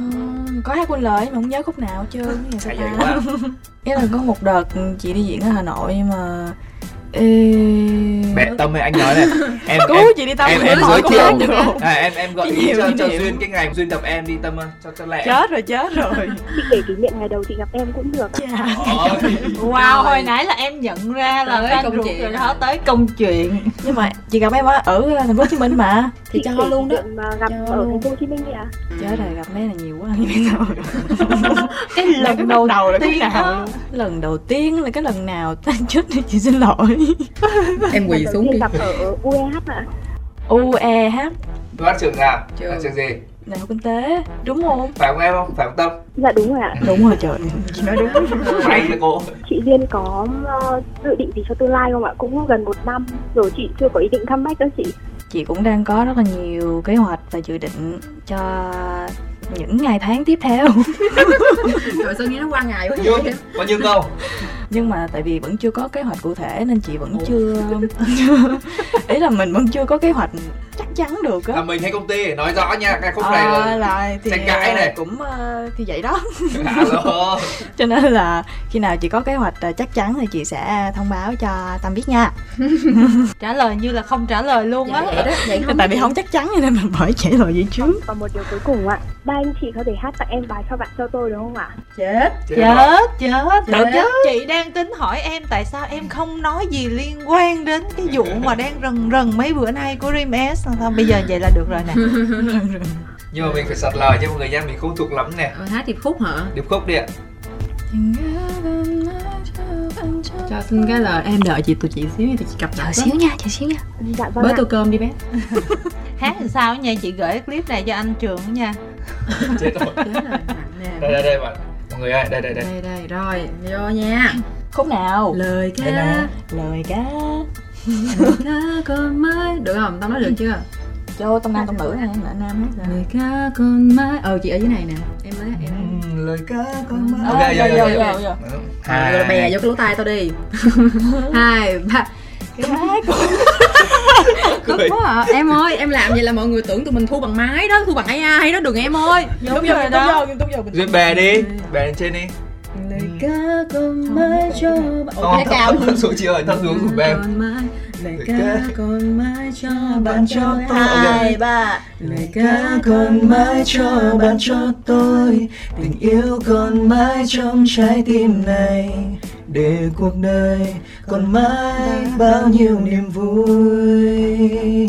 Speaker 6: có hát quên lời mà không nhớ khúc nào hết trơn Cái này sao
Speaker 3: Hay vậy
Speaker 6: ta?
Speaker 3: quá
Speaker 6: Ý là có một đợt chị đi diễn ở Hà Nội nhưng mà Ê...
Speaker 3: mẹ tâm ơi anh nói này em
Speaker 6: Cứu
Speaker 3: em
Speaker 6: chị đi tâm
Speaker 3: em,
Speaker 6: nữa
Speaker 3: em
Speaker 6: thôi,
Speaker 3: giới
Speaker 6: cũng
Speaker 3: thiệu
Speaker 6: hết được rồi.
Speaker 3: à, em em gọi
Speaker 6: Cái
Speaker 3: ý
Speaker 6: nhiều
Speaker 3: cho
Speaker 6: kỷ
Speaker 3: cho
Speaker 6: niệm.
Speaker 3: duyên cái ngày duyên tập em đi tâm ơi cho cho lẹ
Speaker 6: chết rồi chết rồi
Speaker 5: chị kể kỷ niệm ngày đầu chị gặp em cũng được ạ.
Speaker 6: Chà.
Speaker 3: Ôi.
Speaker 1: wow
Speaker 2: Rồi.
Speaker 1: hồi nãy là em nhận ra là
Speaker 2: Tới
Speaker 1: fan
Speaker 2: công
Speaker 1: ruột
Speaker 2: chuyện
Speaker 1: rồi
Speaker 2: rồi.
Speaker 1: đó tới công chuyện
Speaker 6: nhưng mà chị gặp em á, ở thành phố hồ chí minh mà
Speaker 2: Thì
Speaker 5: chị kể
Speaker 2: cho luôn
Speaker 5: kỷ
Speaker 2: đó
Speaker 5: niệm mà gặp
Speaker 2: Cho
Speaker 5: ở
Speaker 2: luôn.
Speaker 5: thành phố hồ chí minh ạ
Speaker 6: chết rồi gặp mấy là nhiều quá như bây giờ
Speaker 1: cái lần đầu
Speaker 6: là
Speaker 1: tiên á.
Speaker 6: lần đầu tiên là cái lần nào ta chết thì chị xin lỗi
Speaker 2: Em
Speaker 5: lần đầu tiên gặp ở UEH ạ
Speaker 6: ueh
Speaker 3: Bác trường nào?
Speaker 2: Trường.
Speaker 3: Là trường gì?
Speaker 6: E đại học kinh tế đúng không
Speaker 3: Phải không em không? Phải không Tâm?
Speaker 5: dạ đúng rồi ạ
Speaker 6: đúng rồi trời chị nói đúng
Speaker 3: May cho cô
Speaker 5: chị duyên có ờ, dự định gì cho tương lai không ạ cũng gần một năm rồi chị chưa có ý định comeback đó chị
Speaker 6: chị cũng đang có rất là nhiều kế hoạch và dự định cho những ngày tháng tiếp theo
Speaker 2: Trời sao nghe nó qua ngày quá
Speaker 3: Nhưng,
Speaker 2: vậy
Speaker 3: có nhưng không?
Speaker 4: nhưng mà tại vì vẫn chưa có kế hoạch cụ thể nên chị vẫn chưa ý là mình vẫn chưa có kế hoạch chắc chắn được á
Speaker 3: là mình hay công ty nói rõ nha cái À, khúc
Speaker 2: À,
Speaker 3: này là
Speaker 4: là thì
Speaker 3: tranh cãi này.
Speaker 4: cũng ờ, thì vậy đó
Speaker 3: alo
Speaker 4: cho nên là khi nào chị có kế hoạch ờ, chắc chắn thì chị sẽ thông báo cho tâm biết nha
Speaker 1: trả lời như là không trả lời luôn á
Speaker 2: Dạ, vậy đó vậy không
Speaker 4: tại vì không chắc chắn cho nên mình phải trả lời vậy trước
Speaker 5: Và một điều cuối cùng ạ, ba anh chị có thể hát tặng em bài cho bạn cho tôi đúng không ạ?
Speaker 2: chết
Speaker 3: Chết rồi.
Speaker 1: chết chết
Speaker 2: Được chứ.
Speaker 1: chị đang tính hỏi em tại sao em không nói gì liên quan đến cái vụ mà đang rần rần mấy bữa nay của Dream S thôi bây giờ vậy là được rồi nè
Speaker 3: nhưng mà mình phải sạch lời cho mọi người nha mình không thuộc lắm nè
Speaker 2: Ờ, hát điệp khúc hả
Speaker 3: điệp khúc đi ạ
Speaker 2: cho xin cái lời em đợi chị tụi chị xíu nha tụi chị cập nhật
Speaker 6: chờ
Speaker 2: đó.
Speaker 6: xíu nha chờ xíu nha
Speaker 5: Dạ vâng
Speaker 2: bới
Speaker 5: ạ.
Speaker 2: tô cơm đi bé
Speaker 1: hát làm sao nha chị gửi clip này cho anh trường nha
Speaker 3: chết rồi
Speaker 2: chết rồi nặng nè
Speaker 3: đây đây đây mọi mọi người ơi đây đây đây
Speaker 2: đây đây rồi vô nha
Speaker 4: khúc nào
Speaker 2: lời
Speaker 3: Đây nào.
Speaker 2: ca
Speaker 4: lời cá
Speaker 2: lời ca con mới được không tao nói được chưa
Speaker 4: vô tâm nam tâm nữ hay là nam hết rồi
Speaker 2: lời ca con mới ờ chị ở dưới này nè em mới em
Speaker 3: Ừm, lời ca con mơ
Speaker 4: Ờ,
Speaker 3: ok
Speaker 4: vô,
Speaker 3: vô vô
Speaker 4: vô,
Speaker 3: vô
Speaker 4: vô, vô.
Speaker 3: Ừ.
Speaker 2: Dạ, Rồi là bè vô cái lỗ tai tao đi hai ba cực
Speaker 3: Cười.
Speaker 2: quá à. em ơi em làm vậy là mọi người tưởng tụi mình thu bằng máy đó thu bằng ai đó đừng em ơi
Speaker 4: đúng, đúng rồi đó đúng rồi
Speaker 3: Rồi bè đi bè lên trên đi
Speaker 2: lời ca con mới cho
Speaker 3: Không,
Speaker 2: Ôi,
Speaker 3: thấp-
Speaker 2: cái cao
Speaker 3: thấp xuống chị ơi thấp xuống cùng bè
Speaker 2: Con mãi, lời
Speaker 3: Lời
Speaker 2: ca
Speaker 3: ca
Speaker 2: còn mãi cho bạn
Speaker 3: bạn
Speaker 2: cho
Speaker 3: cho
Speaker 2: tôi
Speaker 3: tôi.
Speaker 2: hai ba lời ca còn mãi cho bạn cho tôi
Speaker 7: tình yêu còn mãi trong trái tim này để cuộc đời còn mãi bao nhiêu niềm vui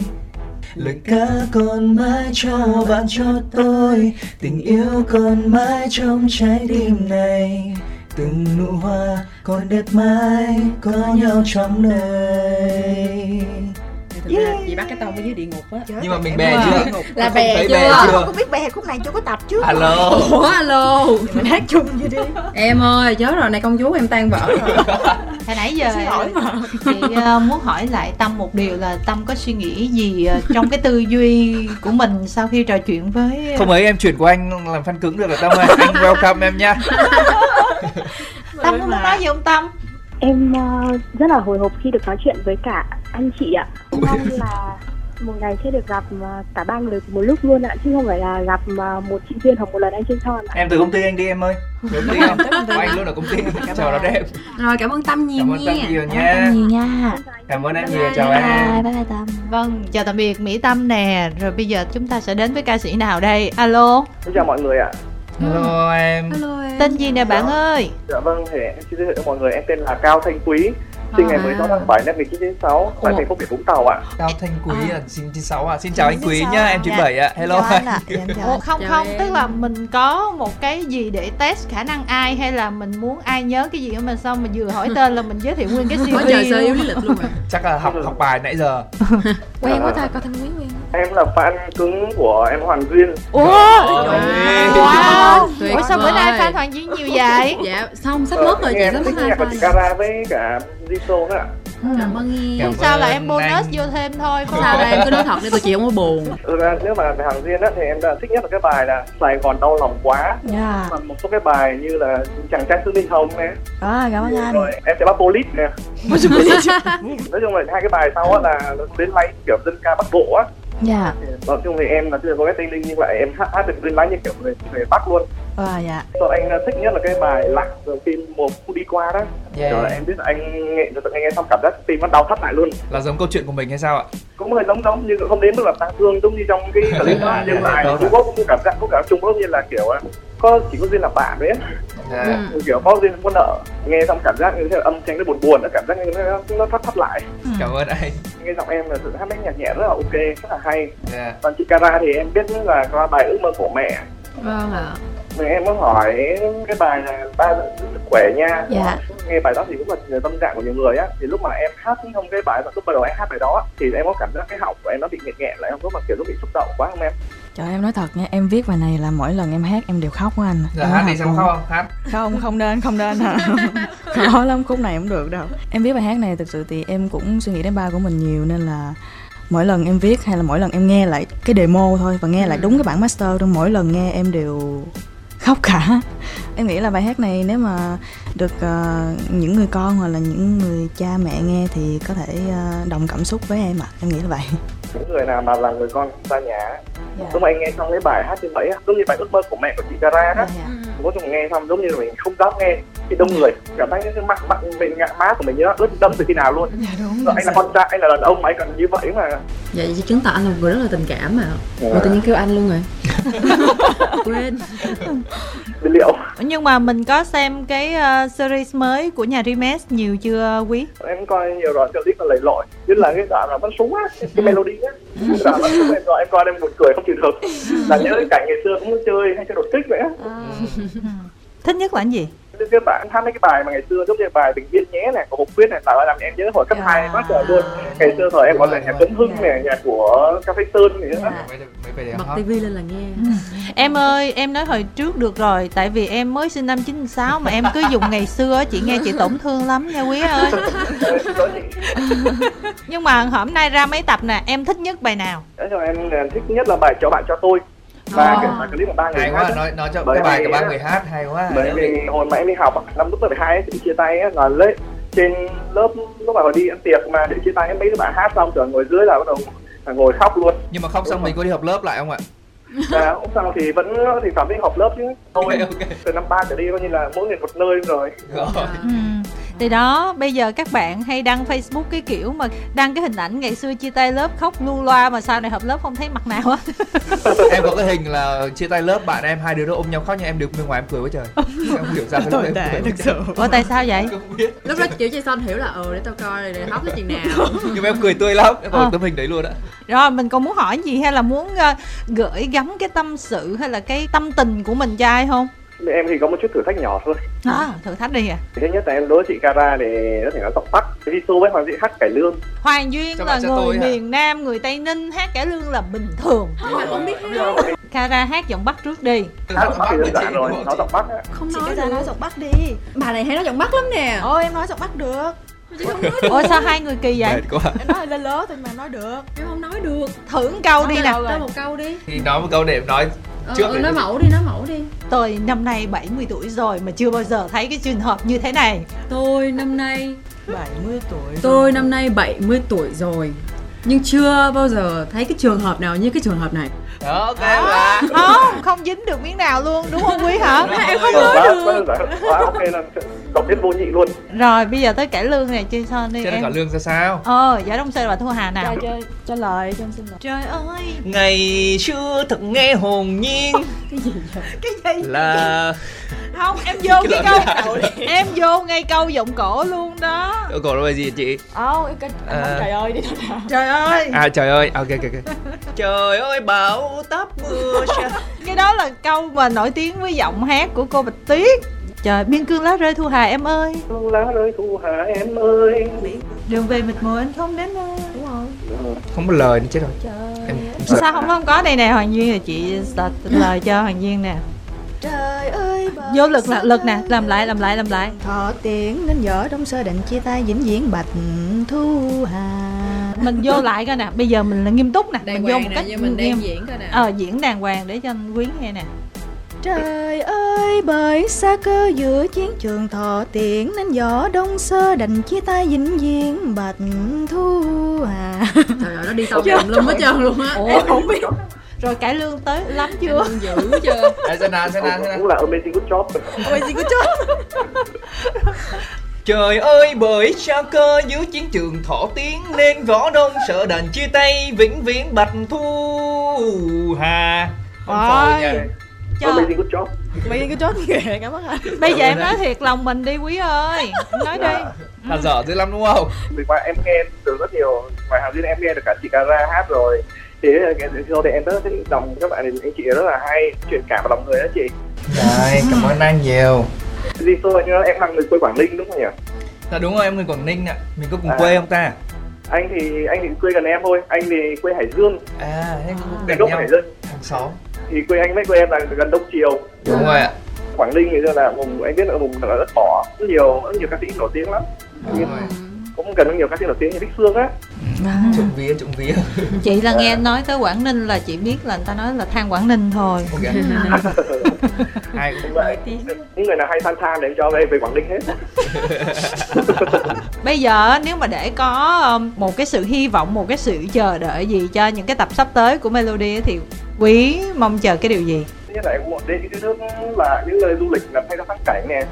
Speaker 7: lời ca còn mãi cho bạn cho tôi tình yêu còn mãi trong trái tim này từng nụ hoa còn đẹp mãi có nhau trong đời
Speaker 2: chị bắt cái tông ở dưới địa ngục á
Speaker 3: nhưng mà mình bè chưa
Speaker 2: là
Speaker 3: Không
Speaker 2: À, bè
Speaker 3: thấy
Speaker 2: chưa
Speaker 3: chưa
Speaker 6: biết bè khúc này chưa có tập chứ
Speaker 3: alo
Speaker 2: ủa alo
Speaker 4: mình hát chung vậy đi
Speaker 2: em ơi chớ rồi này công chúa em tan vỡ rồi
Speaker 1: hồi nãy giờ chị ờ, muốn hỏi lại tâm một điều là tâm có suy nghĩ gì ờ, trong cái tư duy của mình sau khi trò chuyện với
Speaker 3: không ấy em chuyển của anh làm fan cứng được rồi tâm ơi anh welcome em nha
Speaker 1: tâm có muốn nói gì không tâm
Speaker 5: Em ờ, rất là hồi hộp khi được nói chuyện với cả anh chị ạ. Em mong là một ngày sẽ được gặp ờ, cả ba người cùng một lúc luôn ạ, chứ không phải là gặp ờ, một chị Duyên hoặc một lần anh Trinh Son ạ.
Speaker 3: em từ công ty anh đi em ơi Từ công ty không Có anh luôn ở công ty chào đón em
Speaker 2: rồi cảm ơn tâm nhiều
Speaker 3: cảm ơn
Speaker 2: nha
Speaker 3: tâm nhiều
Speaker 4: Dạ.
Speaker 6: Cảm
Speaker 3: nha
Speaker 6: ơn nhiều nha
Speaker 1: Dạ.
Speaker 3: cảm ơn em
Speaker 5: Bye
Speaker 3: nhiều
Speaker 5: bye.
Speaker 3: chào em
Speaker 6: bye bye bye tâm
Speaker 1: vâng chào tạm biệt mỹ tâm nè rồi bây giờ chúng ta sẽ đến với ca sĩ nào đây alo
Speaker 8: Xin chào mọi người ạ.
Speaker 3: hello em
Speaker 2: hello em
Speaker 1: tên gì nè bạn ơi
Speaker 8: Dạ vâng, thì em xin giới thiệu cho mọi người, em tên là Cao Thanh Quý, sinh ngày
Speaker 2: À.
Speaker 8: 16 tháng 7 năm 1996 tại
Speaker 3: Ủa.
Speaker 8: thành phố Biển Vũng Tàu ạ.
Speaker 3: Cao Thanh Quý à, xin chín sáu à. Xin chào anh Quý nhá, em 97 ạ. Hello
Speaker 4: Dạ.
Speaker 3: anh.
Speaker 1: Ồ, không
Speaker 2: Chào
Speaker 1: không
Speaker 2: em.
Speaker 1: tức là mình có một cái gì để test khả năng ai hay là mình muốn ai nhớ cái gì của mình xong mình vừa hỏi tên là mình giới thiệu nguyên cái CV
Speaker 2: quá trời sơ yếu
Speaker 1: luôn.
Speaker 2: lý lịch luôn à. rồi
Speaker 3: Chắc là học học bài nãy giờ.
Speaker 6: quen quá ta coi thanh quý quen
Speaker 8: Dạ. Em là fan cứng của em Hoàng Duyên.
Speaker 1: Ủa
Speaker 3: Ôi.
Speaker 1: wow
Speaker 2: Tuyệt
Speaker 1: Ủa sao bữa nay
Speaker 2: vời.
Speaker 1: fan Hoàng Duyên nhiều vậy
Speaker 2: dạ xong sắp mất rồi chị
Speaker 8: Ờ, em
Speaker 2: sắp
Speaker 8: thích
Speaker 2: mất
Speaker 8: nhạc
Speaker 2: hai
Speaker 8: của chị
Speaker 2: thôi
Speaker 8: Cara với cả Jisoo nữa ạ.
Speaker 2: cảm ơn em
Speaker 1: Không sao là em bonus vô thêm thôi phải
Speaker 2: sao
Speaker 1: không?
Speaker 2: đây em cứ nói thật đi tụi chị không có buồn
Speaker 8: Thực ra Ừ, nếu mà về Hoàng Duyên á, thì em đã thích nhất là cái bài là Sài Gòn đau lòng quá.
Speaker 4: dạ
Speaker 8: Còn một số cái bài như là Chàng trai xứ Minh Hồng nè,
Speaker 4: à, cảm ơn anh
Speaker 8: rồi em sẽ bắt Police nè. Nói chung là hai cái bài sau á là nó đến lay kiểu dân ca Bắc Bộ á.
Speaker 4: dạ
Speaker 8: Nói chung thì em là từ có cái Tây Ninh nhưng mà em hát, hát được đến lái như kiểu người, người Bắc luôn.
Speaker 4: à, dạ
Speaker 8: Còn anh ờ, thích nhất là cái bài lạc rồi phim một Phút đi qua đó
Speaker 3: Yeah.
Speaker 8: Rồi em biết là anh nghe rồi tự nhiên nghe xong cảm giác tim nó đau thắt lại luôn
Speaker 3: Là giống câu chuyện của mình hay sao ạ?
Speaker 8: Cũng hơi giống giống nhưng cũng không đến mức là tang thương giống như trong cái clip đó
Speaker 3: Yeah,
Speaker 8: Nhưng mà
Speaker 3: yeah,
Speaker 8: ở
Speaker 3: tốt
Speaker 8: Trung
Speaker 3: rồi.
Speaker 8: Quốc cũng cảm giác cũng cảm giác Trung Quốc như là kiểu ờ, có chỉ có duyên là bạn đấy
Speaker 3: Dạ.
Speaker 2: Ừ.
Speaker 8: kiểu có duyên không có nợ nghe xong cảm giác như thế là âm thanh nó buồn buồn nó cảm giác như nó, nó thắt thắt lại
Speaker 3: Cảm ơn anh.
Speaker 8: nghe giọng em là sự hát mấy nhạc nhẹ rất là ok rất là hay
Speaker 3: Dạ.
Speaker 8: còn chị Cara thì em biết là qua bài ước mơ của mẹ
Speaker 2: vâng ạ
Speaker 8: Rồi em có hỏi cái bài là ba giữ sức khỏe nha Ờ,
Speaker 6: Dạ.
Speaker 8: nghe bài đó thì cũng là tâm trạng của nhiều người á thì lúc mà em hát không cái bài mà lúc bắt đầu em hát bài đó á, thì em có cảm giác cái họng của em nó bị nghẹn nghẹn lại không có mà kiểu nó bị xúc động quá không em
Speaker 4: trời em nói thật nha em viết bài này là mỗi lần em hát em đều khóc á anh
Speaker 3: Giờ
Speaker 4: Em
Speaker 3: Dạ, hát
Speaker 4: nói
Speaker 3: đi
Speaker 4: thật
Speaker 3: xong
Speaker 4: luôn.
Speaker 3: khóc không? Hát.
Speaker 4: không không nên không nên hả khó lắm khúc này không được đâu em viết bài hát này thực sự thì em cũng suy nghĩ đến ba của mình nhiều nên là mỗi lần em viết Ừ. hay là mỗi lần em nghe lại cái demo thôi và nghe lại đúng cái bản master trong mỗi lần nghe em đều khóc cả em nghĩ là bài hát này nếu mà được ờ, những người con hoặc là những người cha mẹ nghe thì có thể ờ, đồng cảm xúc với em ạ em nghĩ là vậy
Speaker 8: những người nào mà là người con xa nhà á, lúc mà anh nghe xong cái bài hát như vậy á, giống như bài ước mơ của mẹ của chị Cara đó vô cùng nghe xong giống như là mình không dám nghe thì đông người cảm thấy cái mặt mặt mình ngã má của mình như nó ướt đâm từ khi nào luôn
Speaker 4: dạ đúng
Speaker 8: Rồi anh là con trai anh là đàn ông mà anh còn như vậy mà
Speaker 2: Vậy chứ Dạ, chứng tỏ anh là một người rất là tình cảm
Speaker 1: Vâng.
Speaker 2: mà Mà Dạ, tự nhiên kêu anh luôn rồi Quên
Speaker 8: Thì liệu
Speaker 1: nhưng mà mình có xem cái ờ, series mới của nhà Rimes nhiều chưa quý
Speaker 8: em coi nhiều rồi clip là lầy lội nhất là cái đoạn là bắn súng á cái cái melody á cái đoạn bắn súng em coi em coi em buồn cười không chịu được là nhớ cái cảnh ngày xưa cũng chơi hay chơi đột kích vậy á
Speaker 1: thích nhất là cái gì
Speaker 8: Thế cái bạn hát mấy cái bài mà ngày xưa giống như bài bình yên nhé này của Hùng Quyết này tạo ra làm em nhớ hồi cấp
Speaker 4: Dạ.
Speaker 8: 2 quá trời luôn ngày xưa thời em còn là nhạc Tuấn Hưng này nhạc của Cà Phê Sơn này đó
Speaker 2: Dạ.
Speaker 3: mấy mấy bài đẹp
Speaker 2: Bật
Speaker 3: hot
Speaker 2: tivi lên là nghe
Speaker 1: em ơi em nói hồi trước được rồi tại vì em mới sinh năm 96 mà em cứ dùng ngày xưa á, chị nghe chị tổn thương lắm nha quý ơi nhưng mà hôm nay ra mấy tập nè em thích nhất bài nào
Speaker 8: Thế rồi em thích nhất là bài cho bạn cho tôi và cái bài clip của ba người
Speaker 3: hay quá
Speaker 8: hát đó.
Speaker 3: nói nói cho
Speaker 8: Bởi
Speaker 3: cái bài
Speaker 8: vì
Speaker 3: của ba
Speaker 8: á-
Speaker 3: người hát hay quá Dạ.
Speaker 8: bởi
Speaker 3: Nếu
Speaker 8: vì
Speaker 3: định-
Speaker 8: hồi mà em đi học á, năm lúc lớp 12 ấy, thì chia tay á, là lấy trên lớp lúc mà hồi đi ăn tiệc mà để chia tay ấy, mấy đứa bạn hát xong rồi ngồi dưới là bắt đầu là ngồi khóc luôn
Speaker 3: nhưng mà không xong
Speaker 8: Đúng
Speaker 3: mình có đi học lớp lại không ạ
Speaker 8: và hôm sau thì vẫn thì phạm vi họp lớp chứ
Speaker 3: ok ok
Speaker 8: từ năm ba trở đi coi như là mỗi người một nơi rồi
Speaker 3: rồi
Speaker 1: Ừ. Thì đó, bây giờ các bạn hay đăng Facebook cái kiểu mà đăng cái hình ảnh ngày xưa chia tay lớp khóc lu loa mà sau này hợp lớp không thấy mặt nào á.
Speaker 3: em có cái hình là chia tay lớp bạn em hai đứa nó ôm nhau khóc nhưng em đứng bên ngoài em cười quá trời em không hiểu sao cái lúc em cười
Speaker 4: Ờ. thực sự
Speaker 1: Ủa tại sao vậy?
Speaker 3: không biết
Speaker 2: Lúc đó kiểu Jason hiểu là ờ để tao coi để hóc cái chuyện nào
Speaker 3: nhưng mà em cười tươi lắm em còn
Speaker 1: Ờ.
Speaker 3: tấm hình đấy luôn á
Speaker 1: Rồi mình còn muốn hỏi gì hay là muốn ờ, gửi gắm cái tâm sự hay là cái tâm tình của mình cho ai không?
Speaker 8: Thì em thì có một chút thử thách nhỏ thôi
Speaker 1: À, thử thách đi à.
Speaker 8: thứ nhất là em đối với chị Cara để có thể nói giọng bắc Jisoo với hoàng dị hát cải lương
Speaker 1: Hoàng Duyên
Speaker 3: Các
Speaker 1: là
Speaker 3: bạn sẽ tôi
Speaker 1: người
Speaker 3: hả?
Speaker 1: miền Nam, người Tây Ninh hát cải lương là bình thường.
Speaker 2: Nhưng mà cũng biết hát
Speaker 1: Kara hát giọng Bắc trước đi.
Speaker 8: hát giọng bắc thì đơn giản rồi nói giọng bắc á
Speaker 2: Không
Speaker 6: Chị
Speaker 2: nói
Speaker 6: ra nói
Speaker 2: được
Speaker 6: giọng Bắc đi
Speaker 2: Bà này hay nói giọng Bắc lắm nè
Speaker 4: ôi em nói giọng bắt được
Speaker 2: Chứ không nói
Speaker 1: Ủa sao hai người kỳ vậy?
Speaker 3: Mệt quá
Speaker 4: em nói là lên lớn thôi mà nói được
Speaker 2: Chứ không nói được
Speaker 1: Thử một câu đi nè.
Speaker 2: Cho một câu đi
Speaker 3: thì nói một câu để em nói
Speaker 2: Ờ,
Speaker 3: Trước
Speaker 2: ờ,
Speaker 3: đi.
Speaker 2: nói mẫu đi, nói mẫu đi
Speaker 1: Tôi năm nay 70 tuổi rồi mà chưa bao giờ thấy cái trường hợp như thế này.
Speaker 2: Tôi năm nay
Speaker 4: 70 tuổi
Speaker 2: Tôi năm nay 70 tuổi rồi nhưng chưa bao giờ thấy cái trường hợp nào như cái trường hợp này
Speaker 3: đó ok
Speaker 4: Ờ.
Speaker 3: bà
Speaker 1: Không, không dính được miếng nào luôn, đúng không quý hả?
Speaker 2: em không
Speaker 8: Rồi,
Speaker 2: nói
Speaker 8: quá
Speaker 2: được
Speaker 8: quá đơn giản quá ok là giọng biết vô nhị luôn
Speaker 1: Rồi bây giờ tới cải lương này chơi son đi
Speaker 3: cho nên cả
Speaker 1: em.
Speaker 3: lương ra sao
Speaker 1: Ờ, dạ đông sơn và thu hà nào.
Speaker 4: trả lời cho em xin lỗi
Speaker 1: Trời ơi,
Speaker 7: ngày xưa thật nghe hồn nhiên
Speaker 1: cái gì?
Speaker 7: là
Speaker 1: Không, em vô cái câu em vô ngay câu giọng cổ luôn đó.
Speaker 3: Cậu cổ là bài gì chị
Speaker 4: ô cái
Speaker 3: Ờ.
Speaker 4: trời ơi đi
Speaker 1: Trời ơi,
Speaker 3: à trời ơi ok ok ok
Speaker 7: trời ơi bão táp mưa sa
Speaker 1: cái đó là câu mà nổi tiếng với giọng hát của cô Bạch Tuyết. Trời, biên cương lá rơi thu hà em ơi.
Speaker 8: Hương lá rơi thu hà em ơi
Speaker 1: Đường về mịt mù anh không đến nơi.
Speaker 3: không có lời nữa chết rồi em em sợ
Speaker 1: Sao không không có đây nè Hoàng Duyên rồi chị search lời cho Hoàng Duyên nè.
Speaker 6: Trời ơi bờ
Speaker 1: Vô lực là lực nè, làm lại làm lại làm lại.
Speaker 4: Thọ tiễn nên vợ trong sơ định chia tay vĩnh viễn bạch thu hà
Speaker 1: Mình vô lại coi nè, bây giờ mình là nghiêm túc nè,
Speaker 2: đàng
Speaker 1: mình vô
Speaker 2: hoàng
Speaker 1: một
Speaker 2: nè
Speaker 1: cách
Speaker 2: như À, mình đang
Speaker 1: nghiêm-
Speaker 2: diễn coi nè
Speaker 1: ờ diễn đàng hoàng để cho anh quý nghe nè
Speaker 4: Trời ơi bởi xa cơ giữa chiến trường thọ tiễn Nên võ đông sơ đành chia tay vĩnh viễn bạch thu à. hà
Speaker 2: trời ơi nó đi tàu đường lum hết trơn luôn á
Speaker 1: Ủa, không biết rồi cải lương tới lắm chưa
Speaker 2: Em dữ chưa
Speaker 3: Ê, thế nào thế nào thế nào
Speaker 8: cũng là amazing good job
Speaker 4: Ôi gì có chút
Speaker 7: Trời ơi bởi sao cơ dưới chiến trường thỏ tiếng Nên võ đông sợ đành chia tay vĩnh viễn bạch thu hà
Speaker 3: không thôi nha
Speaker 1: Trời,
Speaker 8: amazing good job
Speaker 4: Mày đi có chốt kìa cảm ơn anh
Speaker 1: bây giờ em nói thiệt lòng mình đi quý ơi nói đi
Speaker 3: là dở dữ lắm đúng không
Speaker 8: vì qua em nghe từ rất nhiều ngoài hàng riêng em nghe được cả chị Cara hát rồi thì cái sau đây em rất thích lòng các bạn anh chị rất là hay truyền cảm vào lòng người đó chị
Speaker 3: Trời, cảm ơn anh nhiều
Speaker 8: Jisoo anh nói em là người quê Quảng Ninh đúng không nhỉ
Speaker 3: Dạ đúng rồi, em người Quảng Ninh ạ Mình có cùng
Speaker 8: À.
Speaker 3: quê không ta?
Speaker 8: anh thì anh thì quê gần em thôi anh thì quê Hải Dương
Speaker 3: À, thế cũng
Speaker 8: Cái
Speaker 3: gần
Speaker 8: gốc
Speaker 3: nhau
Speaker 8: Hải Dương
Speaker 3: Hàng xóm
Speaker 8: thì quê anh với quê em là gần Đông Triều
Speaker 3: Đúng rồi ạ
Speaker 8: Quảng Ninh thì là vùng anh biết là vùng là đất đỏ rất nhiều rất nhiều ca sĩ nổi tiếng lắm
Speaker 3: Đúng rồi
Speaker 8: cũng gần nhiều ca sĩ nổi tiếng như Bích Phương á
Speaker 3: Trụng vía, trụng vía Ừ.
Speaker 1: chị là nghe nói tới quảng ninh là chị biết là người ta nói là than quảng ninh thôi
Speaker 3: Ok ai cũng
Speaker 8: vậy những người nào hay than than để em cho về về quảng ninh hết
Speaker 1: bây giờ nếu mà để có um, một cái sự hy vọng một cái sự chờ đợi gì cho những cái tập sắp tới của melody ấy thì quý mong chờ cái điều gì
Speaker 8: thứ nhất là em muốn đến những cái nước là những nơi du lịch là hay ra thắng cảnh nè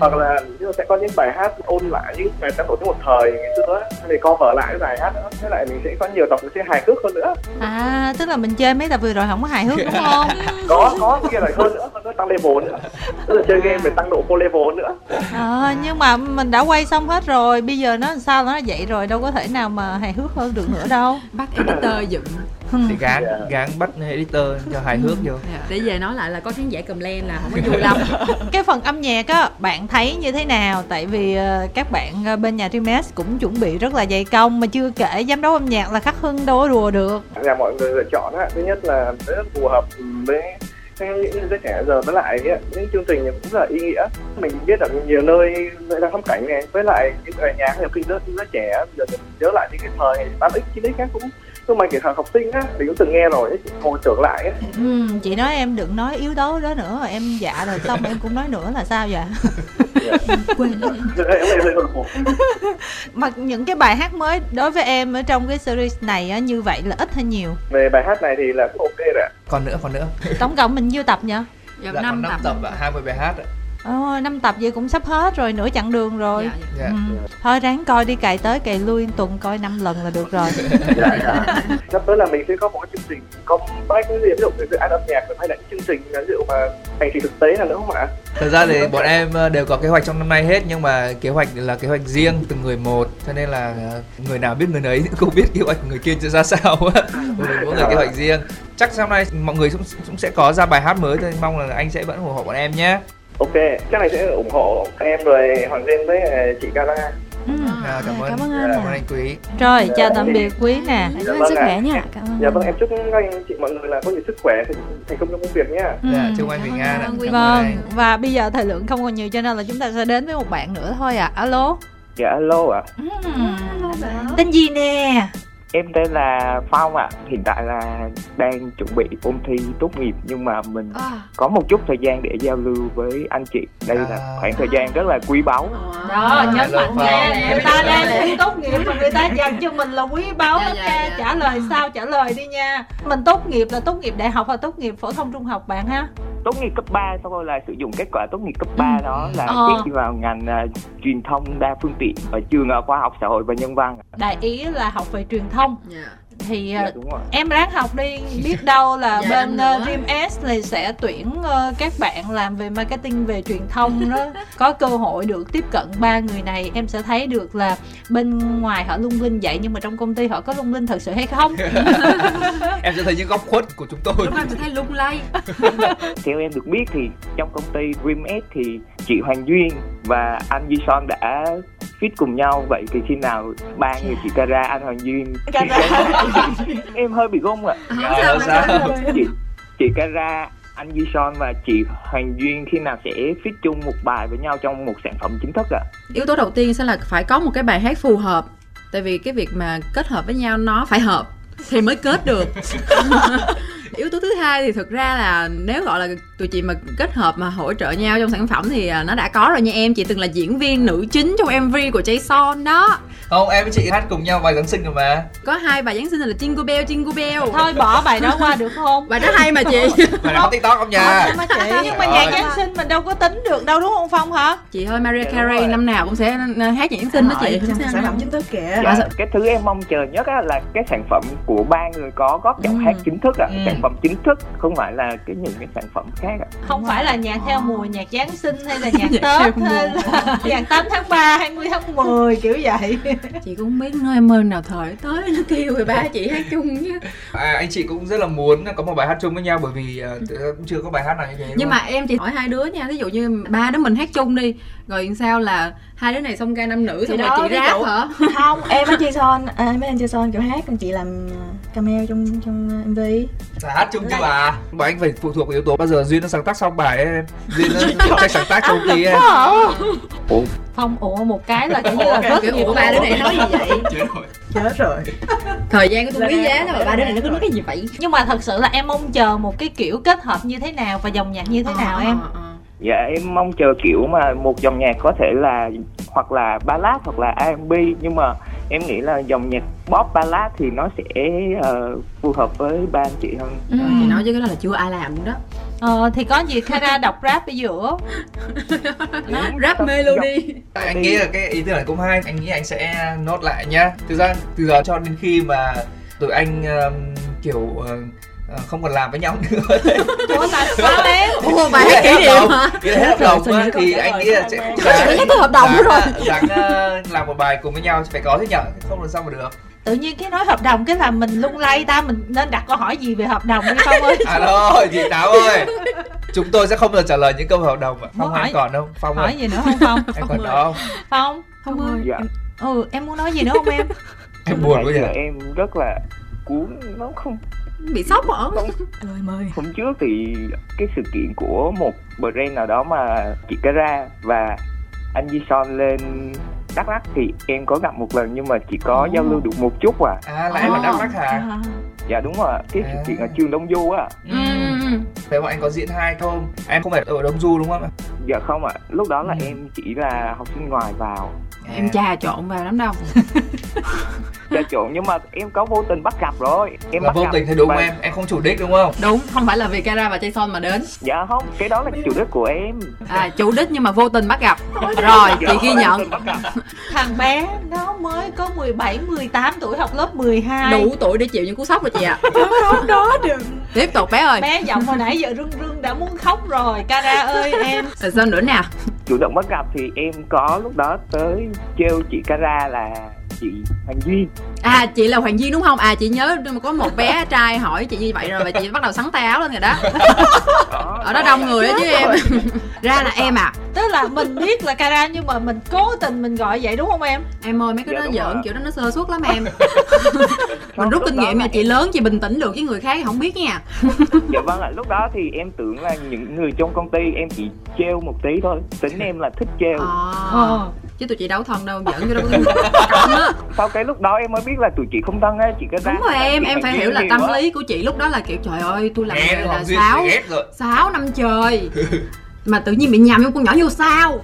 Speaker 8: hoặc là chúng ta sẽ có những bài hát ôn lại những bài tác tổ chức một thời ngày xưa á. để cover lại cái bài hát đó thế lại mình sẽ có nhiều tập nó sẽ hài hước hơn nữa
Speaker 1: à tức là mình chơi mấy tập vừa rồi không có hài hước đúng không
Speaker 8: có có kia lại hơn nữa hơn nữa tăng level nữa tức là chơi game phải tăng độ cô level nữa
Speaker 1: Ờ, nhưng mà mình đã quay xong hết rồi bây giờ nó làm sao nó vậy rồi đâu có thể nào mà hài hước hơn được nữa đâu
Speaker 2: bắt editor dựng
Speaker 3: thì gán
Speaker 8: Dạ.
Speaker 3: gán bắt editor cho hài hước vô
Speaker 2: để về nói lại là có khán giả comment là không có vui lắm
Speaker 1: cái phần âm nhạc á bạn thấy như thế nào tại vì ờ, các bạn ờ, bên nhà Dreamnest cũng chuẩn bị rất là dày công mà chưa kể giám đốc âm nhạc là khắc hưng đâu có đùa được
Speaker 8: là mọi người lựa chọn á thứ nhất là rất phù hợp với với những đứa trẻ giờ với lại ấy, những chương trình này cũng rất là ý nghĩa mình biết ở nhiều nơi người ta thăm cảnh này với lại những bài nhạc nhiều khi đứa đứa trẻ giờ mình nhớ lại những cái thời 8x 9x á, cũng nhưng mà kể thời học sinh á mình cũng từng nghe rồi ấy, hồi tưởng lại á
Speaker 1: ừ, chị nói em đừng nói yếu tố đó nữa mà em dạ rồi xong em cũng nói nữa là sao vậy
Speaker 2: quên mất.
Speaker 8: Giờ em lại hơi hồi hộp
Speaker 1: mà những cái bài hát mới đối với em ở trong cái series này á, như vậy là ít hay nhiều
Speaker 8: về bài hát này thì là cũng ok rồi ạ.
Speaker 3: còn nữa còn nữa
Speaker 1: tổng cộng mình nhiêu tập nhỉ
Speaker 2: Dạ,
Speaker 3: Dạ, còn
Speaker 2: năm
Speaker 3: năm
Speaker 2: tập
Speaker 3: tập hai mươi bài hát ạ.
Speaker 1: Ồ, 5 tập vậy cũng sắp hết rồi nửa chặng đường
Speaker 2: Dạ,
Speaker 1: rồi
Speaker 2: dạ.
Speaker 3: Dạ.
Speaker 1: ừ. thôi ráng coi đi cày tới cày lui tuần coi 5 lần là được rồi
Speaker 8: dạ, dạ. sắp tới là mình sẽ có một cái chương trình comeback ví dụ về dự án âm nhạc hay là những chương trình à, ví dụ mà hành trình thực tế là nữa không ạ
Speaker 3: Thật ra thì bọn em ờ, đều có kế hoạch trong năm nay hết nhưng mà kế hoạch là kế hoạch riêng từng người một cho nên là ờ, người nào biết người nấy cũng biết kế hoạch người kia sẽ ra sao á. Mỗi người- mỗi người
Speaker 9: Dạ.
Speaker 3: kế hoạch riêng. Chắc sau này mọi người cũng, cũng sẽ có ra bài hát mới thôi mong là anh sẽ vẫn ủng hộ bọn em nhé.
Speaker 8: ok cái này sẽ ủng hộ em rồi hoàng liên với ờ, chị Gara
Speaker 1: ừ.
Speaker 3: Nào, Dạ, cảm ơn.
Speaker 4: cảm ơn
Speaker 3: Cảm
Speaker 4: anh
Speaker 3: ơn
Speaker 4: ạ.
Speaker 3: anh quý.
Speaker 1: rồi chào tạm biệt quý nè
Speaker 4: Hãy
Speaker 8: Dạ
Speaker 4: chúc anh
Speaker 8: vâng
Speaker 4: sức
Speaker 8: ạ.
Speaker 4: khỏe nha. Cảm ơn.
Speaker 8: dạ vâng em chúc các anh chị mọi người là có nhiều sức khỏe thành công trong công việc nhá
Speaker 1: Ừ.
Speaker 3: Dạ, chúc anh bình an. ạ. Cảm ơn anh.
Speaker 1: Vâng, và bây giờ thời lượng không còn nhiều cho nên là chúng ta sẽ đến với một bạn nữa thôi ạ. À. Alo.
Speaker 9: Dạ alo ạ,
Speaker 1: Tên gì nè?
Speaker 9: em tên là Phong ạ, hiện tại là đang chuẩn bị ôn thi tốt nghiệp nhưng mà mình có một chút thời gian để giao lưu với anh chị. Đây
Speaker 3: À.
Speaker 9: là khoảng thời gian rất là quý báu.
Speaker 1: Đó,
Speaker 3: nhấn Hello, mạnh nha. Phong.
Speaker 1: Người ta đang thi tốt nghiệp mà người ta dành cho mình là quý báu
Speaker 2: Dạ,
Speaker 1: đó
Speaker 2: dạ,
Speaker 1: nha.
Speaker 2: dạ.
Speaker 1: Trả lời sao trả lời đi nha. Mình tốt nghiệp là tốt nghiệp đại học hay tốt nghiệp phổ thông trung học bạn ha?
Speaker 9: Tốt nghiệp cấp 3 xong rồi là sử dụng kết quả tốt nghiệp cấp 3 đó là
Speaker 1: Ờ.
Speaker 9: viết vào ngành à, truyền thông đa phương tiện ở trường à, khoa học xã hội và nhân văn.
Speaker 1: Đại ý là học về truyền thông
Speaker 2: Dạ.
Speaker 1: thì
Speaker 9: Dạ
Speaker 1: ờ,
Speaker 9: đúng rồi.
Speaker 1: em ráng học đi biết đâu là
Speaker 2: Dạ,
Speaker 1: bên
Speaker 2: em
Speaker 1: uh,
Speaker 2: nữa.
Speaker 1: Dream S thì sẽ tuyển ờ, các bạn làm về marketing về truyền thông đó có cơ hội được tiếp cận ba người này em sẽ thấy được là bên ngoài họ lung linh vậy nhưng mà trong công ty họ có lung linh thật sự hay không
Speaker 3: Em sẽ thấy những góc khuất của chúng tôi.
Speaker 2: Đúng em sẽ thấy lung lay
Speaker 9: Theo em được biết thì trong công ty Dream S thì chị Hoàng Duyên và anh Duy Son đã fit cùng nhau vậy thì khi nào ba người chị Cara anh Hoàng Duyên em hơi bị gông ạ
Speaker 2: Không
Speaker 3: Dạ,
Speaker 2: sao,
Speaker 3: không
Speaker 2: mà
Speaker 3: sao.
Speaker 9: chị chị Cara anh Duy Son và chị Hoàng Duyên khi nào sẽ fit chung một bài với nhau trong một sản phẩm chính thức ạ
Speaker 2: yếu tố đầu tiên sẽ là phải có một cái bài hát phù hợp tại vì cái việc mà kết hợp với nhau nó phải hợp thì mới kết được yếu tố thứ hai thì thực ra là nếu gọi là tụi chị mà kết hợp mà hỗ trợ nhau trong sản phẩm thì à, nó đã có rồi nha em chị từng là diễn viên nữ chính trong mv của jason đó
Speaker 3: Không, em với chị hát cùng nhau bài Giáng sinh rồi mà.
Speaker 2: có hai bài giáng sinh là jingle bell jingle bell
Speaker 1: thôi bỏ bài đó qua được không
Speaker 2: bài đó hay mà chị
Speaker 3: Bài nào có TikTok không
Speaker 1: Thôi,
Speaker 2: Dạ.
Speaker 3: nhà?
Speaker 1: nhưng mà chị nhưng mà nhạc
Speaker 3: Rồi.
Speaker 1: Giáng sinh mình đâu có tính được đâu đúng không Phong hả?
Speaker 2: chị ơi maria
Speaker 9: Dạ, đúng
Speaker 2: carey
Speaker 9: rồi.
Speaker 2: năm nào cũng sẽ à, hát nhạc giáng sinh đó chị
Speaker 4: Trong sản phẩm chính thức kìa.
Speaker 9: dạ, cái thứ em mong chờ nhất á, là cái sản phẩm của ba người có góp giọng
Speaker 2: Ừ.
Speaker 9: hát chính thức ạ
Speaker 3: Ừ.
Speaker 9: sản phẩm chính thức không phải là cái những cái sản phẩm khác ạ
Speaker 1: Không phải là nhạc theo mùa nhạc Giáng sinh hay là nhạc
Speaker 2: Nhạc theo
Speaker 1: Tết hay là nhạc 8 tháng 3, 20 tháng 10 kiểu vậy.
Speaker 2: chị cũng không biết nói em ơi nào thời tới nó kêu rồi ba chị hát chung chứ
Speaker 3: À, anh chị cũng rất là muốn có một bài hát chung với nhau bởi vì ờ, thực ra cũng chưa có bài hát nào như thế
Speaker 2: Ừ. nhưng mà em chỉ hỏi hai đứa nha thí dụ như ba đứa mình hát chung đi rồi sao là hai đứa này xong ca nam nữ xong
Speaker 4: Thì
Speaker 2: rồi
Speaker 4: đó,
Speaker 2: chị
Speaker 4: ví
Speaker 2: rap
Speaker 4: dụ-
Speaker 2: hả
Speaker 4: Không, em với Jason, à, em với anh Jason kiểu hát, còn chị làm à, cameo trong trong à, MV.
Speaker 3: Là hát chung chứ bà Bọn anh phải phụ thuộc vào yếu tố bao giờ Duyên nó sáng tác xong bài ấy em Duyên nó phụ trách sáng tác cho công ty em
Speaker 9: Ủa,
Speaker 1: phong ủa một cái là kiểu như là rất
Speaker 2: kiểu
Speaker 1: nhiều
Speaker 2: ủa ba đứa này nói gì vậy
Speaker 3: chết rồi
Speaker 7: chết rồi
Speaker 2: thời gian của tôi quý giá lắm mà ba đứa này nó cứ nói cái gì vậy
Speaker 1: nhưng mà thật sự là em mong chờ một cái kiểu kết hợp như thế nào và dòng nhạc như
Speaker 2: Ờ,
Speaker 1: thế nào em
Speaker 9: dạ em mong chờ kiểu mà một dòng nhạc có thể là hoặc là ballad hoặc là R&B nhưng mà em nghĩ là dòng nhạc pop ballad thì nó sẽ ờ, phù hợp với ba anh chị hơn
Speaker 1: Ừ.
Speaker 2: thì nói với cái đó là chưa ai làm luôn đó
Speaker 1: ờ, thì có gì Kara đọc rap ở giữa
Speaker 2: rap
Speaker 9: Dạ.
Speaker 2: melody
Speaker 3: anh nghĩ là cái ý tưởng này cũng hay anh nghĩ anh sẽ nốt lại nhá thực ra từ giờ cho đến khi mà tụi anh um, kiểu ờ, không còn làm với nhau nữa
Speaker 1: Ủa tại sao em
Speaker 2: ủa bài hát kỷ niệm hả
Speaker 3: Thì hết hợp đồng
Speaker 2: Trời,
Speaker 3: á, thì anh nghĩ là sẽ sẽ
Speaker 2: nhắc tới hợp đồng nữa rồi
Speaker 3: rằng ờ, làm một bài cùng với nhau phải có thế nhở không làm sao mà được
Speaker 1: tự nhiên cái nói hợp đồng cái là mình lung lay ta mình nên đặt câu hỏi gì về hợp đồng đi không ơi
Speaker 3: alo À, chị táo ơi chúng tôi sẽ không bao giờ trả lời những câu hợp đồng ạ phong
Speaker 1: Hỏi-
Speaker 3: anh còn không phong
Speaker 1: hỏi
Speaker 3: ơi
Speaker 1: gì nữa không phong
Speaker 3: anh còn đó không
Speaker 1: phong
Speaker 2: không ơi
Speaker 9: dạ
Speaker 1: ừ em muốn nói gì nữa không em
Speaker 3: em buồn quá
Speaker 9: Nãy Dạ, giờ
Speaker 3: vậy
Speaker 9: em rất là cuốn nó không
Speaker 2: bị sốc hả
Speaker 4: lời mời
Speaker 9: hôm trước thì cái sự kiện của một brand nào đó mà chị Kara và anh Di Son lên Đắk Lắk thì em có gặp một lần nhưng mà chỉ có
Speaker 1: Ồ.
Speaker 9: giao lưu được một chút à
Speaker 3: à là em ở đắk lắc hả
Speaker 1: à,
Speaker 9: dạ đúng rồi ạ. cái sự
Speaker 3: À.
Speaker 9: kiện ở trường Đông Du á
Speaker 2: ừ. ừ.
Speaker 3: thế bọn anh có diễn hai không em không phải ở đông du đúng không ạ
Speaker 9: dạ không ạ lúc đó là
Speaker 3: Ừ.
Speaker 9: em chỉ là học sinh ngoài vào
Speaker 2: em trà trộn vào lắm đâu
Speaker 9: ra trộn nhưng mà em có vô tình bắt gặp rồi em
Speaker 3: là
Speaker 9: bắt
Speaker 3: vô
Speaker 9: gặp
Speaker 3: tình thấy đúng
Speaker 9: và-
Speaker 3: em em không chủ đích đúng không
Speaker 2: đúng không phải là vì Kara và Jason mà đến
Speaker 9: dạ không cái đó là chủ đích của em
Speaker 2: à chủ đích nhưng mà vô tình bắt gặp rồi chị ghi nhận
Speaker 1: thằng bé nó mới có 17, 18 tuổi học lớp 12
Speaker 2: đủ tuổi để chịu những cú sốc rồi chị ạ
Speaker 4: đó đó được
Speaker 2: tiếp tục bé ơi
Speaker 1: bé giọng hồi nãy giờ rưng rưng đã muốn khóc rồi Kara ơi em
Speaker 2: rồi sao nữa nè
Speaker 9: chủ động bắt gặp thì em có lúc đó tới trêu chị Kara là chị Hoàng Duyên
Speaker 2: à chị là hoàng duyên đúng không à chị nhớ có một bé trai hỏi chị như vậy rồi và chị bắt đầu sắn tay áo lên rồi đó ở đó đông người đó chứ em ra là em à
Speaker 1: tức là mình biết là Kara nhưng mà mình cố tình mình gọi vậy đúng không em
Speaker 2: em ơi mấy cái
Speaker 9: Dạ,
Speaker 2: đó
Speaker 9: đúng rồi
Speaker 2: giỡn
Speaker 9: ạ.
Speaker 2: kiểu đó nó sơ suất lắm em mình rút kinh nghiệm
Speaker 9: mà
Speaker 2: là chị lớn chị bình tĩnh được với người khác thì không biết nha
Speaker 9: dạ vâng ạ lúc đó thì em tưởng là những người trong công ty em chỉ trêu một tí thôi tính em là thích trêu
Speaker 2: Ờ. chứ tụi chị đâu thân đâu giỡn vô đâu có cộng á
Speaker 9: sau cái lúc đó em mới biết là tụi chị không thân á chị Kara
Speaker 2: đúng rồi em em phải hiểu là tâm
Speaker 9: lý
Speaker 2: lý của chị lúc đó là kiểu trời ơi tôi làm
Speaker 3: nghe
Speaker 2: nghề
Speaker 3: Hoàng
Speaker 2: là
Speaker 3: Duyên
Speaker 2: sáu
Speaker 3: thì ghét rồi
Speaker 2: 6 năm trời mà tự nhiên bị nhầm vô con nhỏ vô sao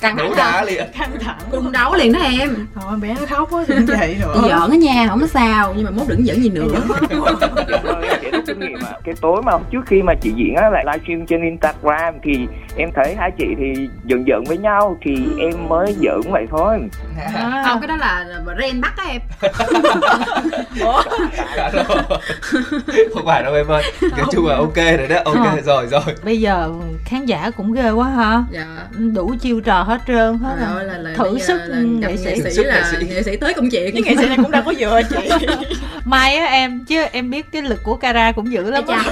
Speaker 2: căng
Speaker 3: đấu
Speaker 2: thẳng ra
Speaker 3: đá liền
Speaker 1: căng thẳng
Speaker 2: cung đấu liền đó em
Speaker 4: thôi bé nó khóc quá thì cũng vậy
Speaker 2: tôi
Speaker 4: nữa
Speaker 2: giỡn ở nhà không có sao nhưng mà mốt đừng giỡn gì nữa
Speaker 9: Dạ vâng, em sẽ rút kinh nghiệm ạ. Cái tối mà trước khi mà chị diễn á, lại livestream trên Instagram thì em thấy hai chị thì giận giận với nhau thì em mới giỡn vậy thôi.
Speaker 1: À.
Speaker 2: không cái đó là ren bắt á em
Speaker 3: Dạ rồi. không phải đâu em ơi nói chung là ok rồi đó ok
Speaker 1: Không.
Speaker 3: rồi rồi
Speaker 1: bây giờ khán giả cũng ghê quá ha
Speaker 2: dạ
Speaker 1: đủ chiêu trò hết trơn hết
Speaker 2: Trời
Speaker 1: rồi
Speaker 2: ơi, là, là,
Speaker 1: Ờ. thử
Speaker 2: bây giờ
Speaker 1: sức ừ,
Speaker 2: là gặp
Speaker 1: nghệ sĩ.
Speaker 2: nghệ
Speaker 3: Thử
Speaker 2: sĩ
Speaker 3: sức nghệ
Speaker 2: là
Speaker 3: sĩ.
Speaker 2: nghệ sĩ tới công chuyện
Speaker 4: cái nghệ sĩ này cũng đâu có dựa chị
Speaker 1: may á em chứ em biết cái lực của Kara cũng dữ lắm á.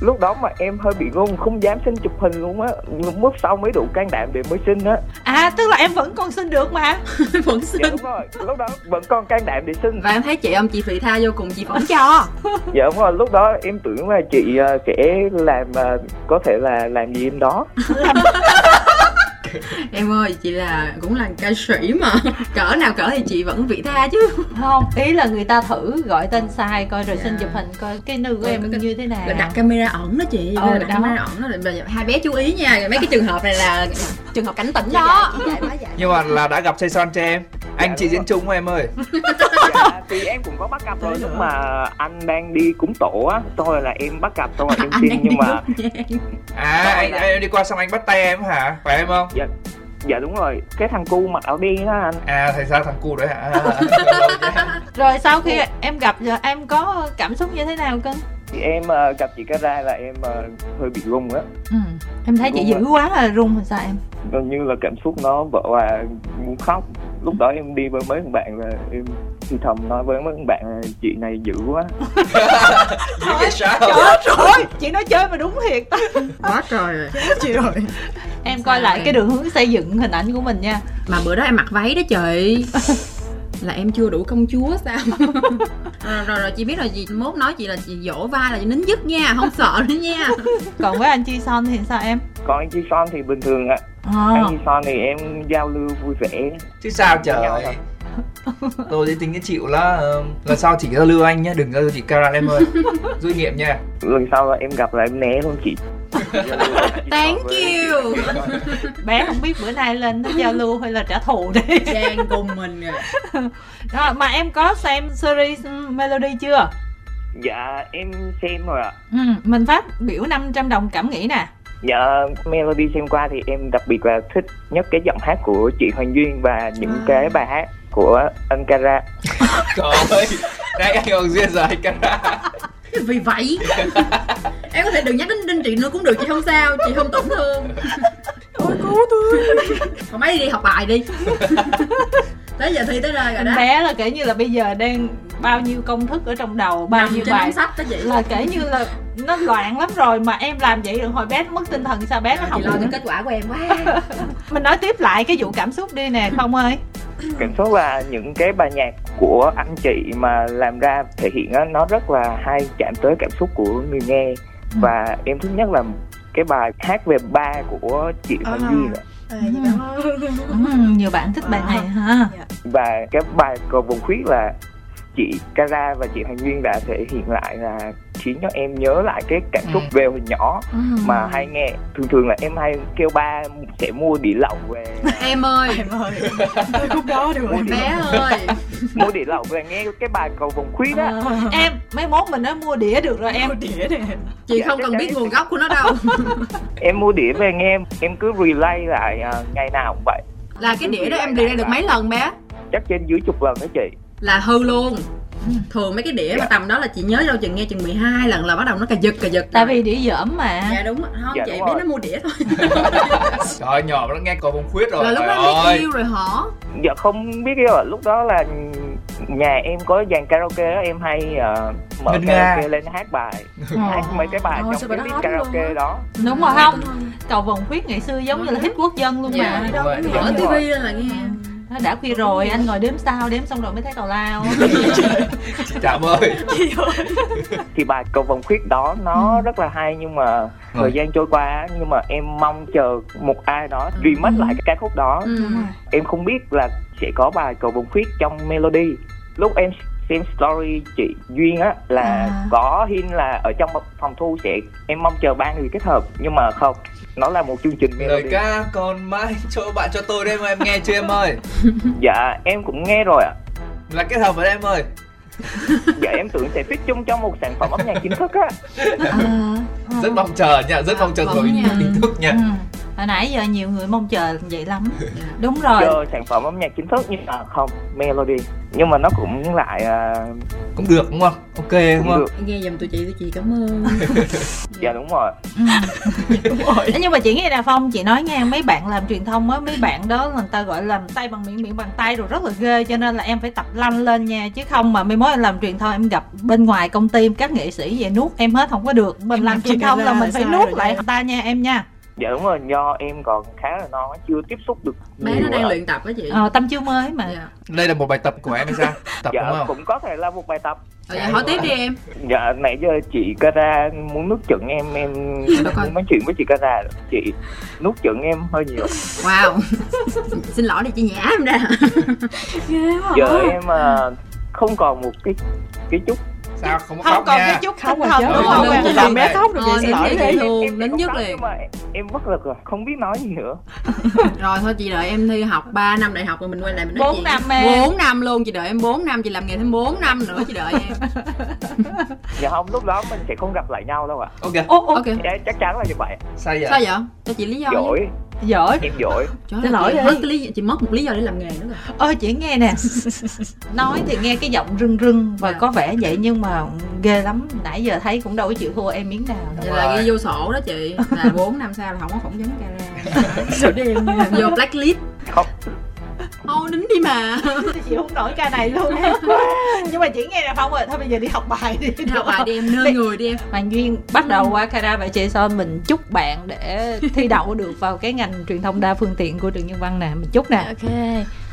Speaker 9: Lúc đó mà em hơi bị ngu, không dám xin chụp hình luôn á. Nhưng Lúc sau mới đủ can đảm để mới xin á.
Speaker 1: à tức là em vẫn còn xin được mà
Speaker 2: vẫn
Speaker 9: Dạ
Speaker 2: xin
Speaker 9: đúng rồi, lúc đó vẫn còn can đảm để xin.
Speaker 2: và em thấy chị ông chị Thụy Tha vô cùng chị vẫn cho
Speaker 9: Dạ đúng rồi, lúc đó em tưởng là chị ờ, sẽ làm ờ, có thể là làm gì em đó.
Speaker 2: em ơi chị là cũng là ca sĩ mà cỡ nào cỡ thì chị vẫn vị tha chứ
Speaker 1: không ý là người ta thử gọi tên sai coi rồi xin
Speaker 2: Dạ.
Speaker 1: chụp hình Ờ. coi cái nư của
Speaker 2: Coi
Speaker 1: em
Speaker 2: cái-
Speaker 1: như thế nào
Speaker 2: là đặt camera ẩn À. Ừ, đó chị
Speaker 1: Ờ,
Speaker 2: là đặt
Speaker 1: đó.
Speaker 2: camera ẩn đó là hai bé chú ý nha mấy cái trường hợp này là Dạ, trường hợp cảnh tỉnh đó
Speaker 3: nhưng mà là đã gặp say son cho em anh chị
Speaker 9: đúng
Speaker 3: diễn
Speaker 9: rồi.
Speaker 3: chung của em ơi
Speaker 9: Dạ, thì em cũng có bắt gặp rồi lúc mà anh đang đi cúng tổ á. Thôi là em bắt gặp xong rồi em
Speaker 2: anh
Speaker 9: xin
Speaker 2: đang đi
Speaker 9: nhưng mà
Speaker 2: đốt nhang.
Speaker 3: à
Speaker 9: Rồi
Speaker 3: anh,
Speaker 9: là-
Speaker 3: em đi qua xong anh bắt tay em hả phải em không
Speaker 9: dạ đúng rồi cái thằng cu mặc áo đen á anh
Speaker 3: à thầy sao thằng cu đấy hả À,
Speaker 1: rồi sau khi em gặp giờ em có cảm xúc như thế nào cưng
Speaker 9: thì em ờ, gặp chị Kara là em ờ, hơi bị rung á
Speaker 1: ừ em thấy chị
Speaker 9: Đúng
Speaker 1: dữ
Speaker 9: rồi.
Speaker 1: quá là run rồi sao em
Speaker 9: gần như là cảm xúc nó vỡ hòa muốn khóc lúc đó em đi với mấy thằng bạn là em thì thầm nói với mấy thằng bạn là chị này dữ quá
Speaker 3: Dữ vậy sao
Speaker 1: rồi chị nói chơi mà đúng thiệt
Speaker 2: quá trời rồi
Speaker 4: chị rồi
Speaker 1: em coi lại cái đường hướng xây dựng hình ảnh của mình nha
Speaker 2: mà bữa đó em mặc váy đó chị là em chưa đủ công chúa sao rồi, rồi rồi chị biết là chị mốt nói chị là chị dỗ vai là chị nín dứt nha không sợ nữa nha
Speaker 1: còn với anh chi son thì sao em
Speaker 9: còn anh Chi Son thì bình thường ạ
Speaker 2: À.
Speaker 1: Ờ.
Speaker 9: anh son thì em giao lưu vui vẻ
Speaker 3: chứ sao trời tôi thì tính cái chịu là ờ, lần sau chỉ giao lưu anh nhé đừng giao lưu chị Kara em ơi rút nghiệm nha
Speaker 9: lần sau em gặp là em né luôn chị
Speaker 2: Thank you
Speaker 1: bé không biết bữa nay lên nó giao lưu hay là trả thù đi
Speaker 2: Trang cùng mình rồi
Speaker 1: Đó, mà em có xem series ừ, Melody chưa
Speaker 9: dạ em xem rồi ạ
Speaker 1: ừ, mình phát biểu 500 đồng cảm nghĩ nè
Speaker 9: dạ melody xem qua thì em đặc biệt là thích nhất cái giọng hát của chị hoàng duyên và những
Speaker 2: À.
Speaker 9: cái bài hát của anh kara
Speaker 3: trời ơi đấy anh còn duyên rồi anh Kara
Speaker 2: Vì vậy Em có thể đừng nhắc đến Đinh Trị nữa cũng được Chị không sao Chị không tổn thương
Speaker 4: Ôi cứu tôi
Speaker 2: Còn mấy đi đi học bài đi Tới giờ thi tới nơi rồi
Speaker 1: Em
Speaker 2: đó
Speaker 1: bé là kể như là bây giờ đang bao nhiêu công thức ở trong đầu bao
Speaker 2: Nằm
Speaker 1: nhiêu
Speaker 2: trên
Speaker 1: bài
Speaker 2: đống sách đó chị
Speaker 1: là kể như là nó loạn lắm rồi mà em làm vậy rồi hồi bé nó mất tinh thần sao bé nó
Speaker 2: Chị
Speaker 1: học
Speaker 2: lo
Speaker 1: được
Speaker 2: tới
Speaker 1: nữa.
Speaker 2: kết quả của em quá
Speaker 1: mình nói tiếp lại cái vụ cảm xúc đi nè không ơi
Speaker 9: cảm xúc là những cái bài nhạc của anh chị mà làm ra thể hiện á, nó rất là hay chạm tới cảm xúc của người nghe
Speaker 2: Ừ.
Speaker 9: và em thích nhất là cái bài hát về ba của chị Hoàng
Speaker 4: À.
Speaker 9: Duyên ạ.
Speaker 4: à, dạ cảm ơn
Speaker 1: Ừm, nhiều bạn thích bài này ha
Speaker 9: và cái bài cầu vồng khuyết là chị Kara và chị Hoàng Duyên đã thể hiện lại là khiến cho em nhớ lại cái cảm xúc
Speaker 2: Ừ.
Speaker 9: về hồi nhỏ
Speaker 1: Ừm.
Speaker 9: mà hay nghe thường thường là em hay kêu ba sẽ mua đĩa lẩu về
Speaker 2: Em ơi
Speaker 4: em ơi tới khúc đó được rồi
Speaker 2: Bé ơi
Speaker 9: mua đĩa lẩu về nghe cái bài cầu vồng khuyết
Speaker 2: Ờ,
Speaker 9: á
Speaker 1: em mấy mốt mình nó mua đĩa được rồi em
Speaker 4: đĩa này
Speaker 2: Chị không cần biết nguồn gốc của nó đâu
Speaker 9: Dạ, em mua đĩa về nghe em cứ relay lại à, ngày nào cũng vậy
Speaker 2: Là cái đĩa đó em đi ra được mấy lần bé
Speaker 9: chắc trên dưới chục lần đó chị
Speaker 2: là hư luôn thường mấy cái đĩa mà tầm đó là chị nhớ đâu chừng nghe chừng 12 lần là bắt đầu nó cà giật cà giật
Speaker 1: tại
Speaker 2: rồi.
Speaker 1: vì đĩa dởm mà
Speaker 2: dạ đúng ạ. không
Speaker 9: Dạ,
Speaker 2: chị
Speaker 9: đúng
Speaker 2: biết
Speaker 9: rồi.
Speaker 2: nó mua đĩa thôi
Speaker 3: trời ơi, nhỏ mà nó nghe có bông khuyết rồi
Speaker 2: rồi lúc
Speaker 3: trời
Speaker 2: đó nó
Speaker 3: ơi
Speaker 2: yêu rồi hả
Speaker 9: dạ không biết cái là lúc đó là nhà em có dàn karaoke đó em hay ờ, mở
Speaker 3: Ngân nga.
Speaker 9: karaoke lên hát bài hát mấy cái bài
Speaker 4: Ôi, Ờ. sao bài đó
Speaker 9: trong cái beat
Speaker 4: hot
Speaker 9: karaoke
Speaker 4: luôn á.
Speaker 9: đó
Speaker 1: đúng rồi không cầu vồng khuyết ngày xưa giống như là hit quốc dân luôn
Speaker 2: Dạ.
Speaker 1: mà
Speaker 3: Vậy,
Speaker 4: Đúng
Speaker 2: mở
Speaker 4: rồi.
Speaker 2: tivi lên là nghe
Speaker 1: Nó đã khuya rồi anh ngồi đếm sao đếm xong rồi mới thấy tào lao
Speaker 3: chị Trạm ơi
Speaker 9: thì bài cầu vồng khuyết đó
Speaker 1: Ừ.
Speaker 9: nó rất là hay nhưng
Speaker 3: Vâng.
Speaker 9: mà thời gian trôi qua á, nhưng mà em mong chờ một ai đó
Speaker 1: Ừ.
Speaker 9: remake lại cái ca khúc đó
Speaker 2: ừ.
Speaker 9: em không biết là sẽ có bài cầu vồng khuyết trong melody lúc em xem story chị duyên á là
Speaker 1: À.
Speaker 9: có hint là ở trong phòng thu sẽ em mong chờ ba người kết hợp nhưng mà không nó là một chương trình
Speaker 3: lời
Speaker 9: melody
Speaker 3: ca còn mãi cho bạn cho tôi đây mà em nghe chưa em ơi
Speaker 9: dạ em cũng nghe rồi ạ
Speaker 3: là kết hợp với em ơi
Speaker 9: dạ em tưởng sẽ fit chung trong một sản phẩm âm nhạc chính thức á
Speaker 3: rất mong chờ nha rất mong chờ
Speaker 2: Vâng
Speaker 3: rồi
Speaker 2: nha.
Speaker 3: hình thức
Speaker 1: Ừ.
Speaker 3: nha
Speaker 1: hồi nãy giờ nhiều người mong chờ vậy lắm Dạ. đúng rồi
Speaker 9: chờ sản phẩm âm nhạc chính thức nhưng mà không melody nhưng mà nó cũng lại à,
Speaker 3: cũng được đúng không ok đúng
Speaker 9: cũng
Speaker 3: không
Speaker 9: được
Speaker 2: nghe giùm tụi chị tụi chị cảm ơn
Speaker 9: dạ đúng rồi
Speaker 1: ừ. Thế nhưng mà chị nghe nè phong chị nói nghe mấy bạn làm truyền thông á mấy bạn đó là người ta gọi làm tay bằng miệng miệng bằng tay rồi rất là ghê cho nên là em phải tập lanh lên nha chứ không mà mai mốt em làm truyền thông em gặp bên ngoài công ty các nghệ sĩ về nuốt em hết không có được mình
Speaker 4: Em
Speaker 1: làm
Speaker 4: gặp
Speaker 1: truyền
Speaker 4: chị
Speaker 1: thông
Speaker 4: Kara
Speaker 1: là mình
Speaker 4: là
Speaker 1: phải
Speaker 4: sai
Speaker 1: nuốt
Speaker 4: rồi
Speaker 1: lại
Speaker 4: nha.
Speaker 1: người ta nha em nha
Speaker 9: dạ đúng rồi do em còn khá là non chưa tiếp xúc được
Speaker 2: bé
Speaker 9: nhiều
Speaker 2: nó đang
Speaker 9: ạ.
Speaker 2: luyện tập đó chị
Speaker 1: ờ, tâm chưa mới mà
Speaker 2: dạ.
Speaker 3: đây là một bài tập của em hay sao tập
Speaker 9: dạ
Speaker 3: đúng không
Speaker 9: cũng có thể là một bài tập
Speaker 2: Rồi, dạ, hỏi tiếp đi em
Speaker 9: dạ nãy giờ chị Kara muốn nước chừng em em
Speaker 2: Bà coi.
Speaker 9: muốn nói chuyện với chị Kara rồi. chị nước chừng em hơi nhiều
Speaker 2: wow xin lỗi đi chị nhã em ra
Speaker 4: ghê quá
Speaker 9: giờ em à, không còn một cái cái chút
Speaker 3: sao không có
Speaker 1: không
Speaker 3: khóc
Speaker 1: còn
Speaker 3: nha Ờ,
Speaker 1: cái chút
Speaker 4: không
Speaker 1: không
Speaker 4: mà
Speaker 1: thần
Speaker 4: chứ
Speaker 1: đúng
Speaker 3: Đúng
Speaker 1: không
Speaker 3: rồi.
Speaker 1: em?
Speaker 4: đừng làm bé khóc được
Speaker 2: Ờ,
Speaker 4: vậy xin
Speaker 2: đến
Speaker 4: lỗi
Speaker 2: vậy
Speaker 4: đi
Speaker 2: luôn,
Speaker 9: em
Speaker 2: đến
Speaker 9: cũng
Speaker 2: nhất
Speaker 9: khóc
Speaker 2: liền.
Speaker 9: nhưng mà em, em bất lực rồi không biết nói gì nữa
Speaker 2: rồi thôi chị đợi em thi học 3 năm đại học rồi mình quay lại mình nói
Speaker 1: Bốn
Speaker 2: chuyện.
Speaker 1: năm em.
Speaker 2: 4 năm luôn chị đợi em 4 năm chị làm nghề thêm 4 năm nữa chị đợi em
Speaker 9: dạ không lúc đó mình sẽ không gặp lại nhau đâu ạ
Speaker 3: ok
Speaker 1: ô ô
Speaker 2: ok
Speaker 9: Dạ, chắc chắn là như vậy
Speaker 3: sai
Speaker 2: sao
Speaker 3: vậy
Speaker 2: vậy cho chị lý do đi.
Speaker 9: giỏi
Speaker 1: giỏi
Speaker 9: em giỏi
Speaker 2: Trời ơi,
Speaker 1: Xin lỗi
Speaker 2: chị
Speaker 1: đi.
Speaker 2: mất cái lý chị mất một lý do để làm nghề nữa rồi.
Speaker 1: ơi chị nghe nè nói thì nghe cái giọng rưng rưng và
Speaker 2: Dạ.
Speaker 1: có vẻ vậy nhưng mà ghê lắm nãy giờ thấy cũng đâu có chịu thua em miếng nào đâu
Speaker 2: Vậy
Speaker 3: Đúng
Speaker 2: là
Speaker 3: rồi.
Speaker 2: ghi vô sổ đó chị là 4 năm sau là không có phỏng vấn camera
Speaker 4: rồi đi em
Speaker 2: vô blacklist
Speaker 9: không
Speaker 2: ô nín đi mà
Speaker 1: chị không nổi ca này luôn nhưng mà chị nghe nè phong ơi thôi bây giờ đi học bài đi
Speaker 2: Đi học bài đi em nơi người đi em
Speaker 1: hoàng duyên bắt đầu qua cara và chị son mình chúc bạn để thi đậu được vào cái ngành truyền thông đa phương tiện của trường nhân văn nè mình chúc nè
Speaker 6: ok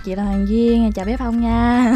Speaker 6: chị là hoàng duyên chào bé phong nha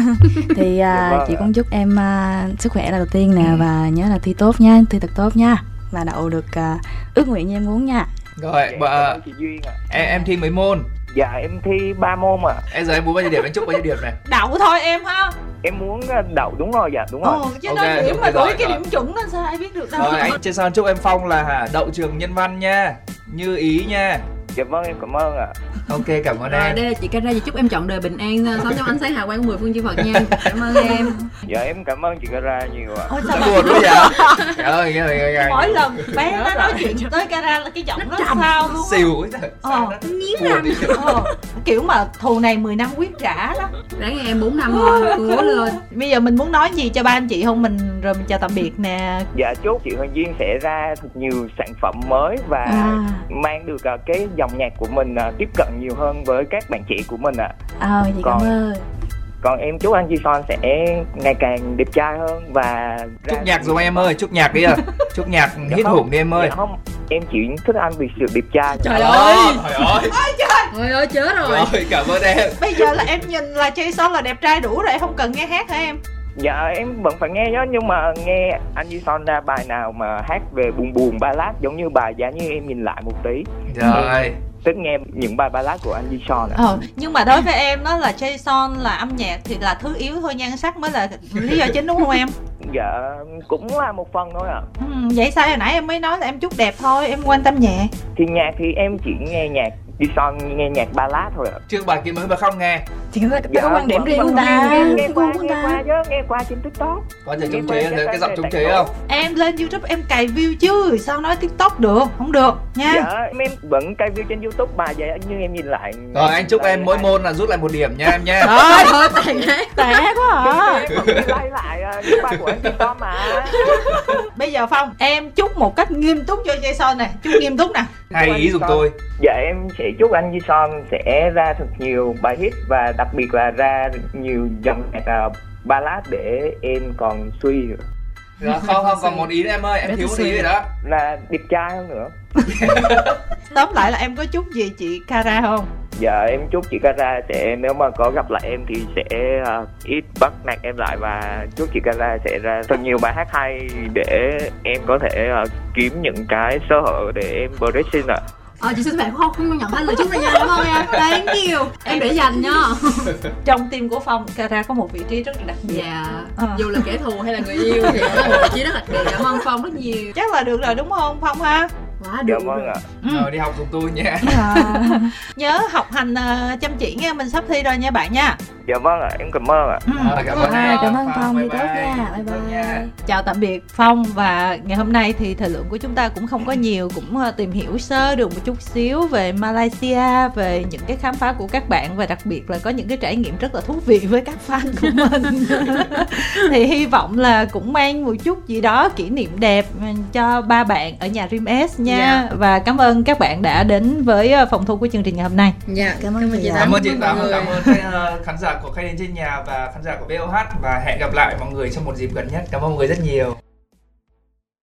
Speaker 6: thì à,
Speaker 9: Dạ vâng
Speaker 6: chị
Speaker 9: ạ.
Speaker 6: cũng chúc em à, sức khỏe là đầu tiên nè và nhớ là thi tốt nha thi thật tốt nha và đậu được à, ước nguyện như em muốn nha
Speaker 3: Rồi,
Speaker 9: Dạ,
Speaker 3: bà-
Speaker 9: cảm ơn chị Duyên ạ.
Speaker 3: em em thi mấy môn
Speaker 9: Dạ em thi 3 môn ạ.
Speaker 3: em giờ em muốn bao nhiêu điểm anh chúc bao nhiêu điểm này
Speaker 1: đậu thôi em ha
Speaker 9: Em muốn ờ, đậu đúng rồi dạ đúng rồi.
Speaker 1: Ồ, chứ
Speaker 3: Ok,
Speaker 1: nói điểm
Speaker 3: đúng
Speaker 1: mà
Speaker 3: rồi,
Speaker 1: đuổi cái
Speaker 3: rồi.
Speaker 1: điểm chuẩn đó sao ai biết được đâu
Speaker 3: rồi anh trên sân chúc em phong là hả đậu trường nhân văn nha như ý nha
Speaker 9: Dạ vâng em cảm ơn ạ.
Speaker 3: ok cảm ơn
Speaker 2: Rồi
Speaker 3: em
Speaker 2: đây là chị Kara chị chúc em chọn đời bình an ờ, sống trong ánh sáng hào quang của mười phương chư Phật nha. Cảm ơn em.
Speaker 9: Dạ em cảm ơn chị Gara nhiều ạ.
Speaker 1: Ôi,
Speaker 3: Đã
Speaker 1: sao
Speaker 3: buồn quá vậy trời ơi nghe này, nghe
Speaker 1: mỗi
Speaker 3: này
Speaker 1: lần bé nó nói chuyện tới cara là cái giọng Dạ, nó sao luôn á.
Speaker 3: xìu ấy trời
Speaker 1: Ờ,
Speaker 3: buồn đi
Speaker 1: ờ, kiểu mà thù này 10 năm quyết trả đó
Speaker 2: Ráng nghe em 4 năm thôi, cố lên.
Speaker 1: bây giờ mình muốn nói gì cho ba anh chị không mình rồi mình chào tạm biệt nè
Speaker 9: Dạ chúc chị Hoàng Duyên sẽ ra thật nhiều sản phẩm mới và
Speaker 4: À.
Speaker 6: À,
Speaker 9: mang được ờ, cái dòng nhạc của mình ờ, tiếp cận nhiều hơn với các bạn trẻ của mình ạ.
Speaker 6: ờ chị cảm
Speaker 9: Còn-
Speaker 6: ơn
Speaker 9: Còn em chúc anh Ji Son sẽ ngày càng đẹp trai hơn và ra
Speaker 3: chúc nhạc rồi em ơi chúc nhạc đi à chúc nhạc
Speaker 9: Dạ
Speaker 3: hit
Speaker 9: không.
Speaker 3: hủng đi em ơi
Speaker 9: Dạ không, em chỉ thích anh vì sự đẹp trai.
Speaker 2: Trời
Speaker 3: Đó,
Speaker 2: ơi.
Speaker 3: trời ơi
Speaker 2: Trời ơi chết rồi.
Speaker 3: rồi cảm ơn em
Speaker 1: bây giờ là em nhìn là Jason là đẹp trai đủ rồi không cần nghe hát hả em
Speaker 9: Dạ em vẫn phải nghe đó nhưng mà nghe anh Duy Son ra bài nào mà hát về buồn buồn ballad giống như bài giá như em nhìn lại một tí.
Speaker 3: rồi
Speaker 9: Thích nghe những bài ballad của anh Duy Son ạ.
Speaker 1: ờ, nhưng mà đối với em đó là Jason là âm nhạc thì là thứ yếu thôi nhan sắc mới là lý do chính đúng không em
Speaker 9: Dạ cũng là một phần thôi ạ.
Speaker 1: ừ, vậy sao hồi nãy em mới nói là em chút đẹp thôi em quan tâm nhạc
Speaker 9: Thì nhạc thì em chỉ nghe nhạc Duy Son nghe nhạc ballad thôi ạ.
Speaker 3: trước bài kia mới mà không nghe
Speaker 4: thì người ta, ta có quan điểm
Speaker 9: vẫn-
Speaker 4: riêng
Speaker 9: vẫn
Speaker 4: của ta
Speaker 9: Dạ vâng, nghe,
Speaker 6: cái
Speaker 9: nghe
Speaker 6: gu
Speaker 9: qua
Speaker 6: của
Speaker 9: nghe
Speaker 6: ta.
Speaker 9: qua chứ nghe qua trên TikTok.
Speaker 3: có thể
Speaker 9: Nghe
Speaker 3: chống
Speaker 9: quen
Speaker 3: chế
Speaker 9: cái
Speaker 3: cái
Speaker 9: tên
Speaker 3: giọng
Speaker 9: này
Speaker 3: chống
Speaker 9: tại
Speaker 3: chế
Speaker 9: cổ.
Speaker 3: không
Speaker 1: em lên youtube em cày view chứ sao nói tiktok được không được
Speaker 6: À.
Speaker 1: nha
Speaker 9: Dạ em vẫn cài view trên YouTube bài giá như em nhìn lại.
Speaker 3: rồi anh
Speaker 9: Dạ,
Speaker 3: chúc em mỗi môn là rút lại một điểm nha em nha
Speaker 2: Trời ơi tàn ác.
Speaker 6: tệ quá à
Speaker 9: Dạ, Em vẫn like lại ờ, những bài của anh Duy Son mà.
Speaker 1: bây giờ phong em chúc một cách nghiêm túc cho jason này chúc nghiêm túc nè
Speaker 3: hay ý dùng tôi
Speaker 9: Dạ em sẽ chúc anh Di Son sẽ ra thật nhiều bài hit và đặc biệt là ra nhiều dòng nhạc à, ballad để em còn suy nữa.
Speaker 3: Dạ, không không còn một ý nữa em ơi em
Speaker 4: Bé
Speaker 3: thiếu
Speaker 4: tôi
Speaker 3: một ý
Speaker 4: suy.
Speaker 3: rồi đó
Speaker 9: là đẹp trai hơn nữa.
Speaker 1: tóm lại là em có chúc gì chị cara không
Speaker 9: Dạ em chúc chị Kara sẽ nếu mà có gặp lại em thì sẽ à, ít bắt nạt em lại và chúc chị Kara sẽ ra thật nhiều bài hát hay để em có thể à, kiếm những cái sơ hở để em progressing ạ.
Speaker 2: Ờ chị xin phép không không nhận hết lời chúc này nha đúng không em? Thank you. Em để dành nha.
Speaker 1: trong tim của phong cara có một vị trí rất là đặc biệt
Speaker 2: Dạ.
Speaker 1: Ờ.
Speaker 2: Dù là kẻ thù hay là người yêu thì đó là một vị trí rất đặc biệt. Cảm ơn Phong rất nhiều.
Speaker 1: chắc là được rồi đúng không phong ha
Speaker 2: Quá
Speaker 9: Dạ
Speaker 2: được.
Speaker 9: vâng ạ.
Speaker 3: rồi đi học dùng tôi nha
Speaker 9: Dạ.
Speaker 1: nhớ học hành ờ, chăm chỉ nghe mình sắp thi rồi nha bạn nha
Speaker 9: Dạ vâng ạ, em cảm ơn ạ.
Speaker 1: Ừ.
Speaker 3: Rồi, cảm ơn
Speaker 6: Rồi, À,
Speaker 3: em.
Speaker 6: cảm
Speaker 9: Dạ
Speaker 6: ơn Phong,
Speaker 9: vâng,
Speaker 6: đi
Speaker 3: bye
Speaker 6: tốt
Speaker 3: bye.
Speaker 6: nha. Bye
Speaker 3: Cảm ơn
Speaker 6: bye.
Speaker 3: nha.
Speaker 1: chào tạm biệt phong và ngày hôm nay thì thời lượng của chúng ta cũng không có nhiều cũng ờ, tìm hiểu sơ được một chút xíu về malaysia về những cái khám phá của các bạn và đặc biệt là có những cái trải nghiệm rất là thú vị với các fan của mình thì hy vọng là cũng mang một chút gì đó kỷ niệm đẹp ừ, cho ba bạn ở nhà Dream S nha
Speaker 2: Dạ.
Speaker 1: và cảm ơn các bạn đã đến với ờ, phòng thu của chương trình ngày hôm nay
Speaker 2: Dạ, cảm ơn chị Tám.
Speaker 3: cảm ơn chị
Speaker 2: mọi
Speaker 3: Tám
Speaker 2: người.
Speaker 3: cảm ơn các ờ, khán giả của khách đến trên nhà và khán giả của BOH và hẹn gặp lại mọi người trong một dịp gần nhất cảm ơn mọi người rất nhiều